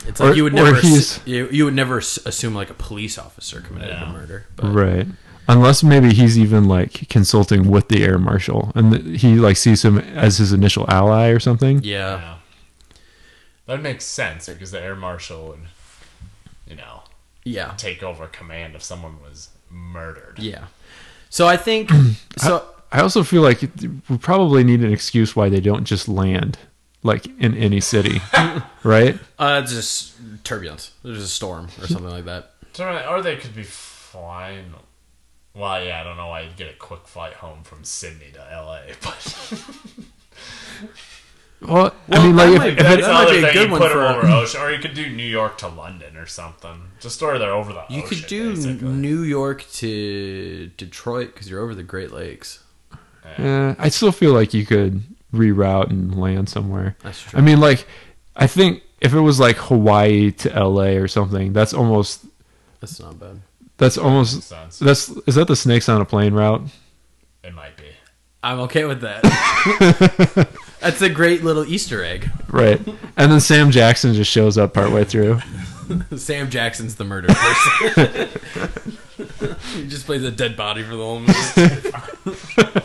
Speaker 1: it's like
Speaker 3: Or-
Speaker 1: you would
Speaker 3: or
Speaker 1: never
Speaker 3: he's-
Speaker 1: ass- you, you would never ass- assume like a police officer committed
Speaker 2: Yeah.
Speaker 1: a murder but
Speaker 3: Right. Unless maybe he's even like consulting with the air marshal and th- he like sees him as his initial ally or something.
Speaker 1: yeah
Speaker 2: yeah. That makes sense because the air marshal would, you know,
Speaker 1: yeah
Speaker 2: take over command if someone was murdered.
Speaker 1: yeah so i think so
Speaker 3: I also feel like we probably need an excuse why they don't just land like in any city, right?
Speaker 1: Uh, it's just turbulence. There's a storm or something like that.
Speaker 2: So, uh, Or they could be flying. Well, yeah, I don't know why you'd get a quick flight home from Sydney to LA, but
Speaker 3: Well,
Speaker 1: Well,
Speaker 3: I mean, like
Speaker 1: that
Speaker 3: if,
Speaker 1: might-
Speaker 3: if
Speaker 1: that
Speaker 3: it-
Speaker 1: might be a good
Speaker 2: you
Speaker 1: one
Speaker 2: put
Speaker 1: for-
Speaker 2: them over ocean, or you could do New York to London or something. Just or they're over the
Speaker 1: You
Speaker 2: ocean.
Speaker 1: could do
Speaker 2: basically.
Speaker 1: New York to Detroit because you're over the Great Lakes.
Speaker 3: Yeah, I still feel like you could reroute and land somewhere.
Speaker 1: That's true.
Speaker 3: I mean, like, I think if it was like Hawaii to LA or something, that's almost
Speaker 1: That's not bad.
Speaker 3: that's
Speaker 2: Makes
Speaker 3: almost
Speaker 2: sense.
Speaker 3: that's is that the snakes on a plane route?
Speaker 2: It might be.
Speaker 1: I'm okay with that. That's a great little Easter egg.
Speaker 3: Right. and then Sam Jackson just shows up partway through.
Speaker 1: Sam Jackson's the murderer. person. he just plays a dead body for the whole movie.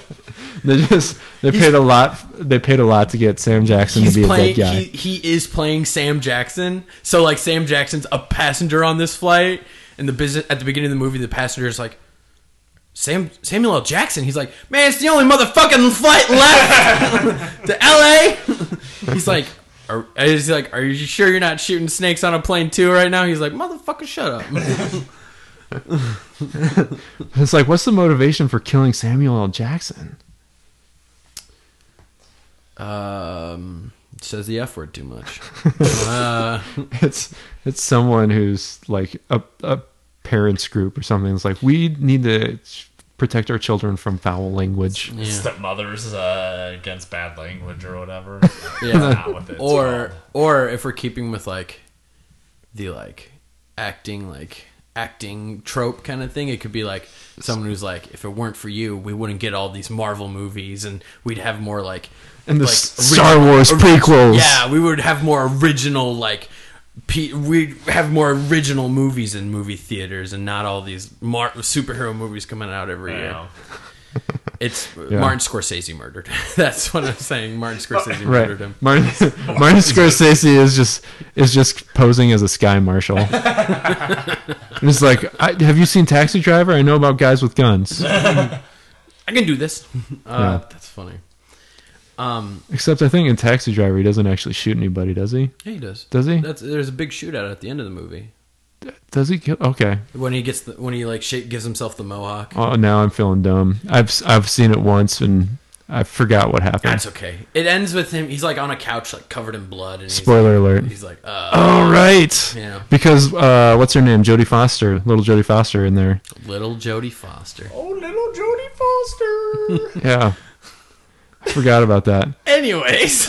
Speaker 3: They just they paid a lot they paid a lot to get Sam Jackson to
Speaker 1: He's
Speaker 3: be a
Speaker 1: playing.
Speaker 3: dead guy.
Speaker 1: He, he is playing Sam Jackson. So like Sam Jackson's a passenger on this flight, and the business at the beginning of the movie, the passenger is like. Sam Samuel L. Jackson. He's like, man, it's the only motherfucking flight left to L.A. he's like, are, he's like, are you sure you're not shooting snakes on a plane too right now? He's like, motherfucker, shut up.
Speaker 3: It's like what's the motivation for killing Samuel L. Jackson?
Speaker 1: um, says the f word too much. Uh,
Speaker 3: It's it's someone who's like a a parents group or something. It's like we need to protect our children from foul language.
Speaker 1: yeah.
Speaker 2: Stepmothers uh, against bad language or whatever.
Speaker 1: Yeah.
Speaker 2: That's not what it's
Speaker 1: or
Speaker 2: called.
Speaker 1: or if we're keeping with like the like acting like acting trope kind of thing it could be like someone who's like if it weren't for you we wouldn't get all these marvel movies and we'd have more like
Speaker 3: And the
Speaker 1: like,
Speaker 3: Star
Speaker 1: original-
Speaker 3: Wars
Speaker 1: orig-
Speaker 3: prequels.
Speaker 1: yeah we would have more original like pe- we'd have more original movies in movie theaters and not all these mar- superhero movies coming out every
Speaker 2: You
Speaker 1: year
Speaker 2: know.
Speaker 1: it's martin scorsese murdered that's what i'm saying martin scorsese
Speaker 3: Right.
Speaker 1: murdered him
Speaker 3: Martin, Martin Scorsese is just is just posing as a sky marshal. and it's like, I, have you seen Taxi Driver? I know about guys with guns.
Speaker 1: I can do this. Uh,
Speaker 3: Yeah.
Speaker 1: That's funny. Um,
Speaker 3: Except I think in Taxi Driver he doesn't actually shoot anybody, does he?
Speaker 1: Yeah, he does.
Speaker 3: Does he?
Speaker 1: That's there's a big shootout at the end of the movie
Speaker 3: Does he kill? Okay.
Speaker 1: when he gets the, when he like shake, gives himself the mohawk.
Speaker 3: Oh, now I'm feeling dumb. I've s- I've seen it once and I forgot what happened.
Speaker 1: That's okay. It ends with him. He's like on a couch, like covered in blood, and he's
Speaker 3: Spoiler
Speaker 1: Like,
Speaker 3: alert.
Speaker 1: he's like, uh,
Speaker 3: All right.
Speaker 1: Yeah.
Speaker 3: Because uh, what's her name? Jodie Foster, little Jodie Foster in there.
Speaker 1: little Jodie Foster.
Speaker 2: Oh, little Jodie Foster.
Speaker 3: Yeah. I forgot about that.
Speaker 1: Anyways,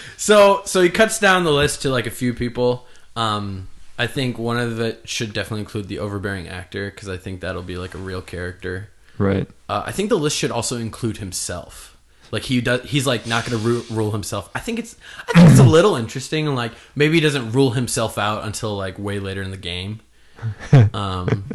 Speaker 1: so so he cuts down the list to like a few people. Um, I think one of it should definitely include the overbearing actor because I think that'll be like a real character.
Speaker 3: Right.
Speaker 1: Uh, I think the list should also include himself Like he does, he's like not going to ru- rule himself. I think it's, I think it's a little interesting, and like maybe he doesn't rule himself out until like way later in the game. Um,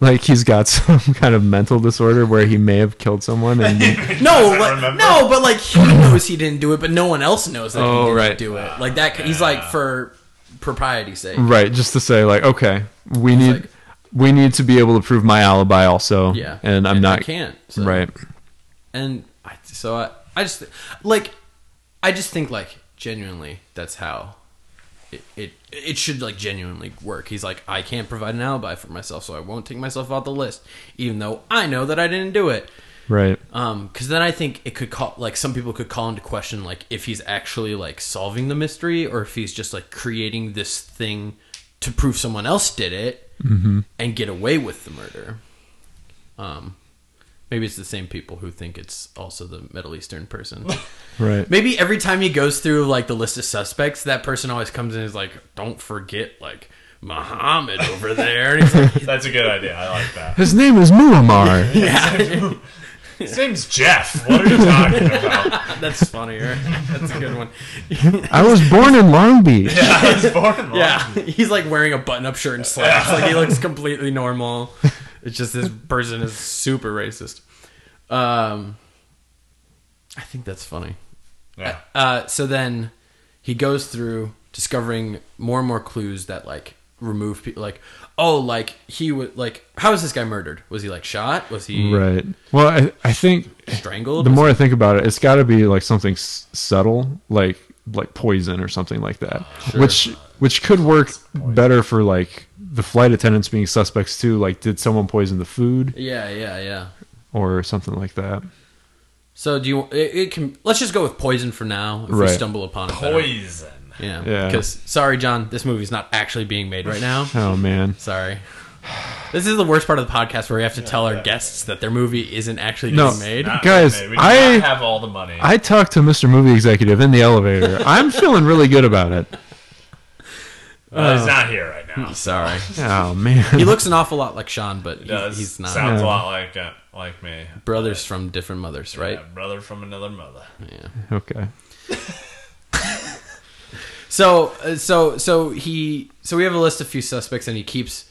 Speaker 3: Like he's got some kind of mental disorder where he may have killed someone. And
Speaker 1: no,
Speaker 2: Doesn't
Speaker 1: but,
Speaker 2: remember.
Speaker 1: no, but like he knows he didn't do it, but no one else knows that
Speaker 3: Oh,
Speaker 1: he didn't
Speaker 3: right.
Speaker 1: do it. Like that, he's like for propriety's sake.
Speaker 3: right, just to say like, okay, we need
Speaker 1: like-
Speaker 3: we need to be able to prove my alibi also.
Speaker 1: Yeah,
Speaker 3: and I'm
Speaker 1: I
Speaker 3: not
Speaker 1: can't so.
Speaker 3: right.
Speaker 1: and I, so I, I just like I just think like genuinely that's how it, it it should like genuinely work. He's like I can't provide an alibi for myself, so I won't take myself off the list, even though I know that I didn't do it.
Speaker 3: Right.
Speaker 1: Um, because then I think it could call like some people could call into question like if he's actually like solving the mystery or if he's just like creating this thing to prove someone else did it and get away with the murder. Um, maybe it's the same people who think it's also the Middle Eastern person.
Speaker 3: Right.
Speaker 1: maybe every time he goes through like the list of suspects, that person always comes in and is like, "Don't forget like Muhammad over there." And he's like,
Speaker 2: That's a good idea. I like that.
Speaker 3: His name is Muammar.
Speaker 1: "Yeah."
Speaker 2: His name's Jeff. What are you talking about?
Speaker 1: That's funnier. That's a good one.
Speaker 3: I was born in Long Beach.
Speaker 2: Yeah, I was born
Speaker 3: Oh.
Speaker 2: in Long
Speaker 1: Yeah, he's like wearing a button-up shirt and slacks. Like he looks completely normal. It's just this person is super racist. Um, I think that's funny.
Speaker 2: Yeah.
Speaker 1: Uh, so then he goes through discovering more and more clues that like remove people. Like, oh, like he would like how was this guy murdered? Was he like shot? Was he
Speaker 3: Right. Well, I, I think
Speaker 1: strangled?
Speaker 3: the more I think about it, it's got to be like something s- subtle, like like poison or something like that, which which could work better for like the flight attendants being suspects too. Like, did someone poison the food
Speaker 1: yeah, yeah, yeah.
Speaker 3: or something like that?
Speaker 1: So do you? It, it can. Let's just go with poison for now. If
Speaker 3: Right.
Speaker 1: we stumble upon it. better.
Speaker 2: Poison.
Speaker 1: Yeah.
Speaker 3: Yeah.
Speaker 1: Because sorry, John, this movie's not actually being made right now.
Speaker 3: Oh man.
Speaker 1: sorry. This is the worst part of the podcast where we have to tell our guests that their movie isn't actually
Speaker 3: No.
Speaker 1: being made.
Speaker 2: Not
Speaker 3: Guys,
Speaker 2: really. we
Speaker 3: I-
Speaker 2: do not have all the money.
Speaker 3: I talked to Mr. Movie Executive in the elevator. I'm feeling really good about it.
Speaker 2: Uh, he's not here right now.
Speaker 1: Sorry.
Speaker 3: Oh man.
Speaker 1: He looks an awful lot like Sean, but
Speaker 2: He
Speaker 1: he's,
Speaker 2: does.
Speaker 1: he's not.
Speaker 2: Sounds a lot like uh, like me.
Speaker 1: Brothers from different mothers, right?
Speaker 2: Yeah, brother from another mother.
Speaker 1: Yeah.
Speaker 3: Okay.
Speaker 1: So uh, so so he so we have a list of few suspects and he keeps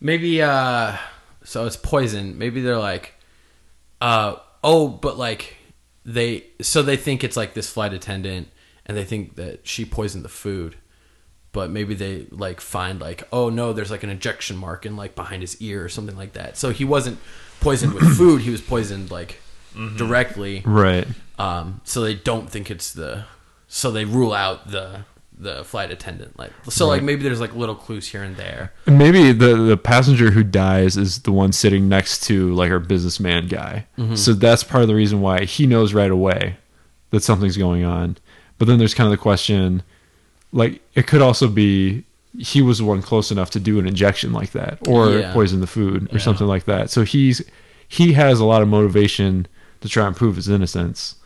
Speaker 1: maybe uh so it's poison. Maybe they're like uh oh, but like they so they think it's like this flight attendant and they think that she poisoned the food. But maybe they like find like oh no, there's like an injection mark in like behind his ear or something like that. So he wasn't poisoned with food, he was poisoned like directly
Speaker 3: Right.
Speaker 1: um, so they don't think it's the so they rule out the the flight attendant like so like maybe there's like little clues here and there
Speaker 3: Maybe the the passenger who dies is the one sitting next to like our businessman guy.
Speaker 1: Mm-hmm.
Speaker 3: So that's part of the reason why he knows right away that something's going on. But then there's kind of the question like it could also be he was the one close enough to do an injection like that or
Speaker 1: Yeah.
Speaker 3: poison the food or something like that. So he's he has a lot of motivation to try and prove his innocence.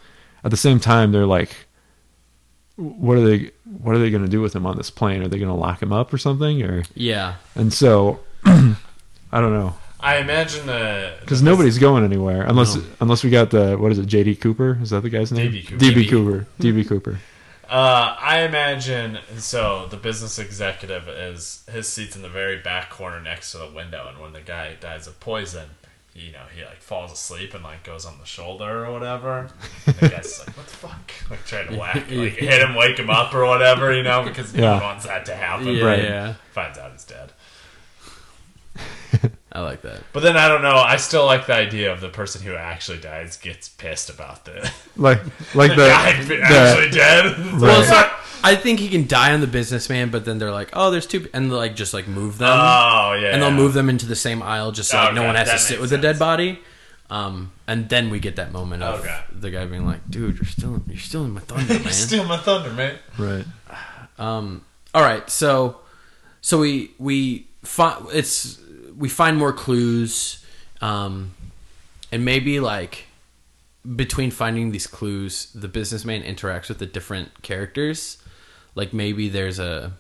Speaker 3: At the same time they're like what are they what are they going to do with him on this plane? Are they going to lock him up or something or
Speaker 1: yeah
Speaker 3: and so I don't know
Speaker 2: I imagine the
Speaker 3: because nobody's going anywhere unless unless we got the what is it JD Cooper is that the guy's name
Speaker 2: DB Cooper.
Speaker 3: DB Cooper DB Cooper
Speaker 2: Uh, I imagine so. The business executive is his seat's in the very back corner next to the window, and when the guy dies of poison, you know he like falls asleep and like goes on the shoulder or whatever. And the guy's like, "What the fuck?" Like trying to whack, like hit him, wake him up or whatever, you know, because no one
Speaker 3: Yeah.
Speaker 2: wants that to happen.
Speaker 1: yeah
Speaker 3: Right.
Speaker 1: yeah
Speaker 2: Finds out he's dead.
Speaker 1: i like that
Speaker 2: But then I don't know. I still like the idea of the person who actually dies gets pissed about the
Speaker 3: like like the,
Speaker 2: guy
Speaker 3: the-
Speaker 2: actually dead.
Speaker 1: well,
Speaker 3: Right.
Speaker 1: it's like, i think he can die on the businessman but then they're like oh there's two and like just like move them
Speaker 2: oh yeah,
Speaker 1: and they'll move them into the same aisle just so like, no
Speaker 2: Okay,
Speaker 1: one has to
Speaker 2: that
Speaker 1: sit
Speaker 2: makes
Speaker 1: with a
Speaker 2: sense.
Speaker 1: dead body um and then we get that moment of
Speaker 2: Okay.
Speaker 1: the guy being like dude you're still you're still in my thunder man
Speaker 2: Steal my thunder, man.
Speaker 3: right
Speaker 1: Um, all right, so so we we find it's we find more clues, um, and maybe like between finding these clues, the businessman interacts with the different characters. Like maybe there's a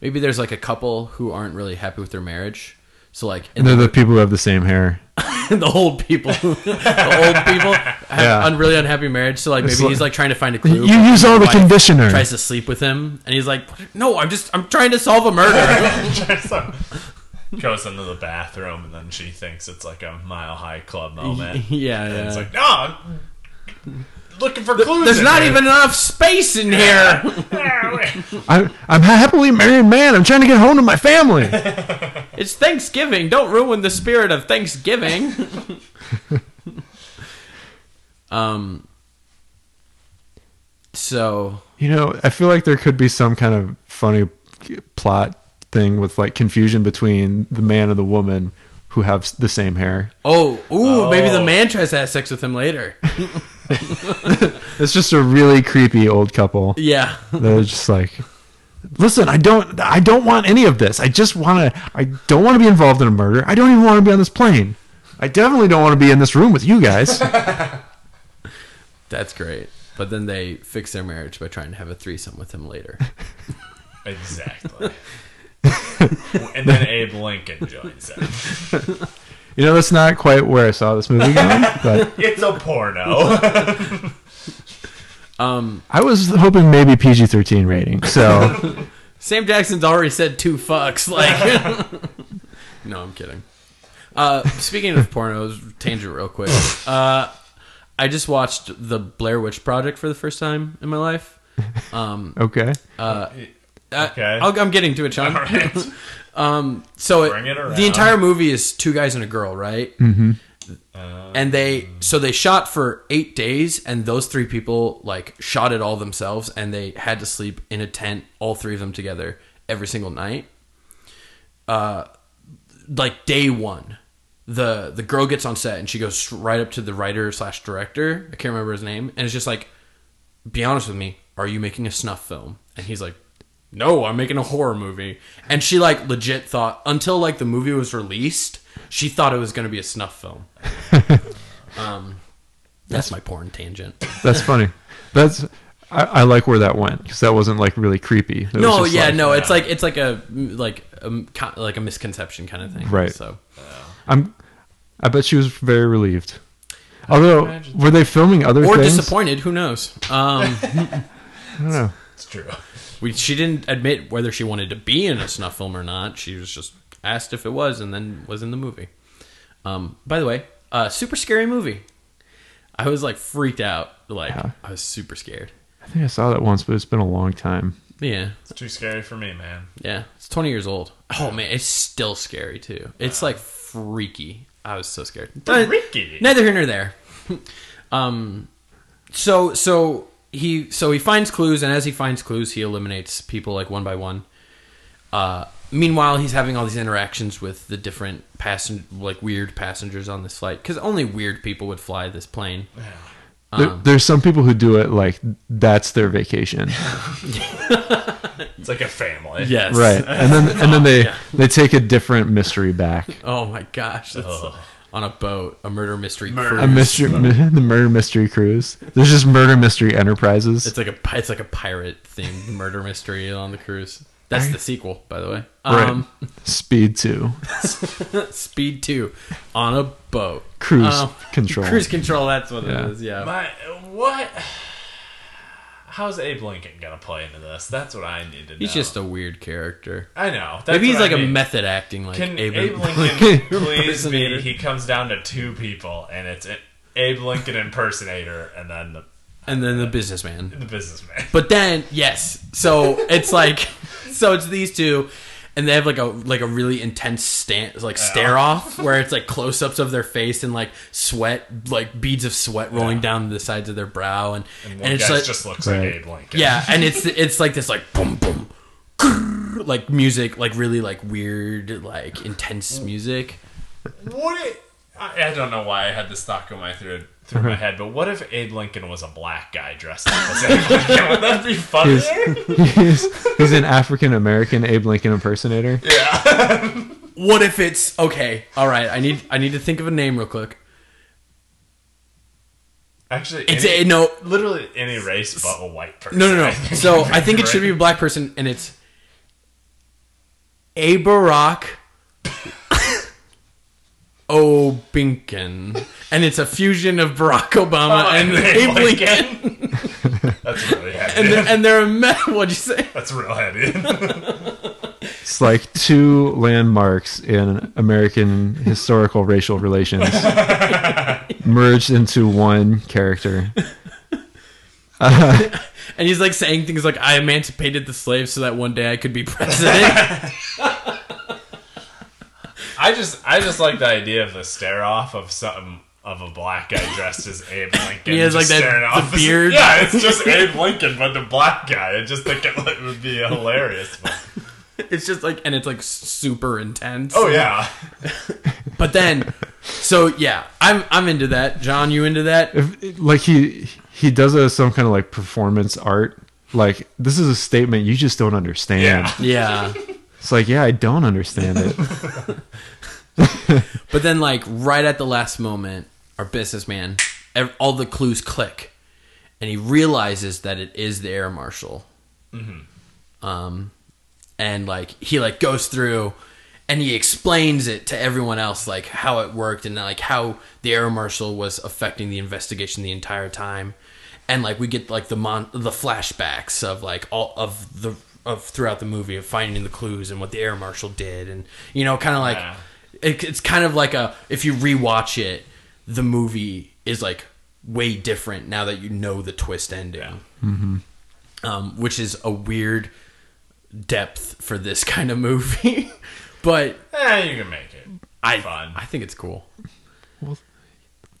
Speaker 1: maybe there's like a couple who aren't really happy with their marriage. So like
Speaker 3: and they're the people who have the same hair
Speaker 1: the old people, the old people have
Speaker 3: Yeah.
Speaker 1: un- really unhappy marriage. So like maybe
Speaker 3: It's like-
Speaker 1: he's like trying to find a clue.
Speaker 3: You
Speaker 1: but
Speaker 3: use
Speaker 1: his
Speaker 3: all the
Speaker 1: wife
Speaker 3: conditioner.
Speaker 1: Tries to sleep with him, and he's like, "No, I'm just I'm trying to solve a murder."
Speaker 2: So, goes into the bathroom and then she thinks it's like a mile high club moment.
Speaker 1: yeah,
Speaker 2: And it's
Speaker 1: yeah.
Speaker 2: like, no, I'm looking for clues.
Speaker 1: There's
Speaker 2: in
Speaker 1: not
Speaker 2: here."
Speaker 1: even enough space in here.
Speaker 3: I, I'm a happily married man. I'm trying to get home to my family.
Speaker 1: It's Thanksgiving. Don't ruin the spirit of Thanksgiving. um. So
Speaker 3: You know, I feel like there could be some kind of funny plot thing with like confusion between the man and the woman who have s- the same hair.
Speaker 1: Oh, ooh, maybe the
Speaker 2: Oh.
Speaker 1: man tries to have sex with him later.
Speaker 3: It's just a really creepy old couple.
Speaker 1: Yeah.
Speaker 3: They're just like, listen, I don't, I don't want any of this. I just want to, I don't want to be involved in a murder. I don't even want to be on this plane. I definitely don't want to be in this room with you guys.
Speaker 1: That's great. But then they fix their marriage by trying to have a threesome with him later.
Speaker 2: Exactly. and then Abe Lincoln joins them.
Speaker 3: you know, that's not quite where I saw this movie going, but
Speaker 2: It's a porno.
Speaker 1: Um,
Speaker 3: I was hoping maybe PG 13 rating. So,
Speaker 1: Sam Jackson's already said two fucks. Like, no, I'm kidding. Uh, speaking of pornos, tangent real quick. Uh, I just watched the Blair Witch Project for the first time in my life. Um,
Speaker 3: okay.
Speaker 1: uh,
Speaker 2: Okay.
Speaker 1: I'll, I'm getting to it, Sean.
Speaker 2: All right.
Speaker 1: Um, so
Speaker 2: Bring it around.
Speaker 1: the entire movie is two guys and a girl, right? Mm-hmm.
Speaker 2: Uh,
Speaker 1: and they so they shot for eight days, and those three people like shot it all themselves, and they had to sleep in a tent, all three of them together, every single night. Uh, like day one, the the girl gets on set and she goes right up to the writer slash director. I can't remember his name, and it's just like, be honest with me, are you making a snuff film? And he's like, no, I'm making a horror movie. And she like legit thought until like the movie was released, she thought it was going to be a snuff film. um, that's my porn tangent.
Speaker 3: That's funny. That's I, I like where that went because that wasn't like really creepy. It was
Speaker 1: No,
Speaker 3: just
Speaker 1: yeah,
Speaker 3: like,
Speaker 1: no, it's like it's like a like a, co- like a misconception kind of thing.
Speaker 3: Right.
Speaker 1: So
Speaker 3: I'm. I bet she was very relieved. Although,
Speaker 2: imagine.
Speaker 3: were they filming other
Speaker 1: or
Speaker 3: things?
Speaker 1: disappointed, who knows? Um,
Speaker 3: I don't know.
Speaker 2: it's true.
Speaker 1: we, she didn't admit whether she wanted to be in a snuff film or not. She was just asked if it was, and then was in the movie. Um, by the way, uh, super scary movie. I was like freaked out. Like
Speaker 3: Yeah.
Speaker 1: I was super scared.
Speaker 3: I think I saw that once, but it's been a long time.
Speaker 1: Yeah,
Speaker 2: It's too scary for me, man.
Speaker 1: yeah. It's twenty years old. Oh man, it's still scary too. It's like freaky. I was so scared. But
Speaker 2: Freaky.
Speaker 1: Neither here nor there. um, so so he so he finds clues, and as he finds clues, he eliminates people like one by one. Uh, meanwhile, he's having all these interactions with the different passen- like weird passengers on this flight, because only weird people would fly this plane.
Speaker 3: There,
Speaker 1: Um,
Speaker 3: there's some people who do it like that's their vacation,
Speaker 2: It's like a family.
Speaker 1: Yes,
Speaker 3: right? And then and then they they take a different mystery back.
Speaker 1: Oh my gosh, that's
Speaker 2: Ugh.
Speaker 1: on a boat, a murder mystery.
Speaker 2: Murder.
Speaker 1: cruise.
Speaker 3: A mystery, the murder mystery cruise. There's just murder mystery enterprises.
Speaker 1: It's like a pi- it's like a pirate themed murder mystery on the cruise. That's the sequel, by the way.
Speaker 3: Right.
Speaker 1: Um,
Speaker 3: Speed two
Speaker 1: Speed two on a boat.
Speaker 3: cruise
Speaker 1: Uh,
Speaker 3: control.
Speaker 1: Cruise control. That's what
Speaker 3: Yeah.
Speaker 1: it is. Yeah.
Speaker 2: My what? How's Abe Lincoln gonna play into this? That's what I need to know.
Speaker 1: He's just a weird character.
Speaker 2: I know. That's
Speaker 1: Maybe he's
Speaker 2: what
Speaker 1: like
Speaker 2: I mean.
Speaker 1: a method acting like
Speaker 2: Can
Speaker 1: Abe,
Speaker 2: Abe, Lincoln please
Speaker 1: impersonator.
Speaker 2: be? He comes down to two people, and it's a- Abe Lincoln impersonator, and then the,
Speaker 1: and then the businessman.
Speaker 2: the businessman.
Speaker 1: But then yes, so it's like so it's these two and they have like a like a really intense stand like stare off where it's like close ups of their face and like sweat like beads of sweat rolling down the sides of their brow and
Speaker 2: And
Speaker 1: and,
Speaker 2: one
Speaker 1: it's
Speaker 2: guy
Speaker 1: like
Speaker 2: just looks
Speaker 3: Right.
Speaker 2: like Abe Lincoln.
Speaker 1: yeah and it's it's like this like boom boom grrr, like music like really like weird like intense music
Speaker 2: What? It, I, I don't know why I had this thought go my through through my head, but what if Abe Lincoln was a black guy dressed up as Abe Lincoln? Would that be funnier?
Speaker 3: he's, he's an African American Abe Lincoln impersonator.
Speaker 1: what if it's okay all right i need i need to think of a name real quick
Speaker 2: Actually,
Speaker 1: it's
Speaker 2: any,
Speaker 1: a, no
Speaker 2: literally any race but a white person.
Speaker 1: no no no
Speaker 2: I think
Speaker 1: so
Speaker 2: is
Speaker 1: i think it should be a
Speaker 2: correct.
Speaker 1: black person and it's a barack Obinken, and it's a fusion of Barack Obama and Abe Oh, Lincoln.
Speaker 2: That's really heavy.
Speaker 1: And they're, and they're a mess. What'd you say?
Speaker 2: That's real heavy.
Speaker 3: It's like two landmarks in American historical racial relations merged into one character.
Speaker 1: And he's like saying things like, "I emancipated the slaves so that one day I could be president."
Speaker 2: I just I just like the idea of the stare off of something of a black guy dressed as Abe Lincoln.
Speaker 1: He has,
Speaker 2: just
Speaker 1: like, that-
Speaker 2: staring
Speaker 1: the
Speaker 2: off his-
Speaker 1: beard.
Speaker 2: Yeah, it's just Abe Lincoln, but the black guy. I just think it would- would be hilarious. But,
Speaker 1: it's just like, and it's like super intense.
Speaker 2: oh yeah,
Speaker 1: But then, so yeah, I'm I'm into that. John, you into that?
Speaker 3: If, like he he does it as some kind of like performance art. Like this is a statement you just don't understand.
Speaker 1: Yeah.
Speaker 2: yeah.
Speaker 3: It's like yeah, I don't understand it.
Speaker 1: But then, like right at the last moment, our businessman, ev- all the clues click, and he realizes that it is the air marshal. Um, and like he like goes through, and he explains it to everyone else, like how it worked and like how the air marshal was affecting the investigation the entire time, and like we get like the mon the flashbacks of like all of the of throughout the movie of finding the clues and what the air marshal did, and you know, kind of like
Speaker 2: Yeah.
Speaker 1: it, it's kind of like a if you rewatch it, the movie is like way different now that you know the twist ending, um, which is a weird depth for this kind of movie, but
Speaker 2: Eh, you can make it.
Speaker 1: I
Speaker 2: Fun.
Speaker 1: I think it's cool.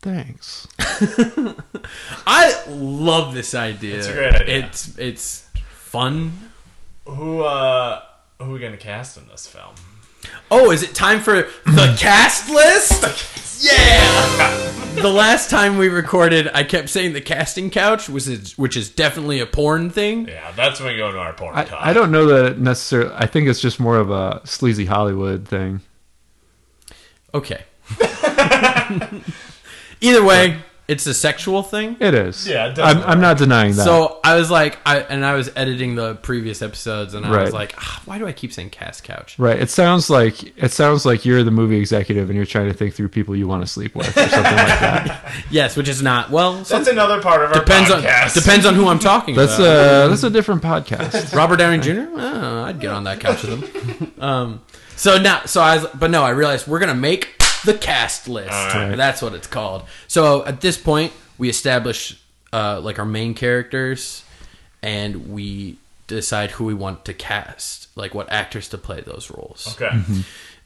Speaker 3: Thanks.
Speaker 1: I love this idea. It's
Speaker 2: a great idea.
Speaker 1: It's it's fun.
Speaker 2: Who uh who are we gonna cast in this film?
Speaker 1: Oh, is it time for the cast list? Yeah. the last time we recorded, I kept saying the casting couch was is- which is definitely a porn thing.
Speaker 2: Yeah, that's when we go into our porn talk.
Speaker 3: I, I don't know that it necessarily. I think it's just more of a sleazy Hollywood thing.
Speaker 1: Okay. Either way, it's a sexual thing.
Speaker 3: It is.
Speaker 2: Yeah, it does
Speaker 3: I'm, I'm not denying that.
Speaker 1: So I was like, I and I was editing the previous episodes, and I was
Speaker 3: Right.
Speaker 1: like, "Ah, why do I keep saying cast couch?
Speaker 3: Right. It sounds like it sounds like you're the movie executive and you're trying to think through people you want to sleep with or something like that.
Speaker 1: Yes, which is not well. Some,
Speaker 2: That's another part of our
Speaker 1: depends on
Speaker 2: podcast.
Speaker 1: depends on who I'm talking
Speaker 3: That's uh,
Speaker 1: about.
Speaker 3: a that's a different podcast.
Speaker 1: Robert Downey Jr. Oh, I'd get on that couch with him. um, so now, so I, was, but no, I realized we're gonna make the cast list.
Speaker 2: Alright.
Speaker 1: That's what it's called. So at this point, we establish uh, like our main characters, and we decide who we want to cast, like what actors to play those roles.
Speaker 2: Okay.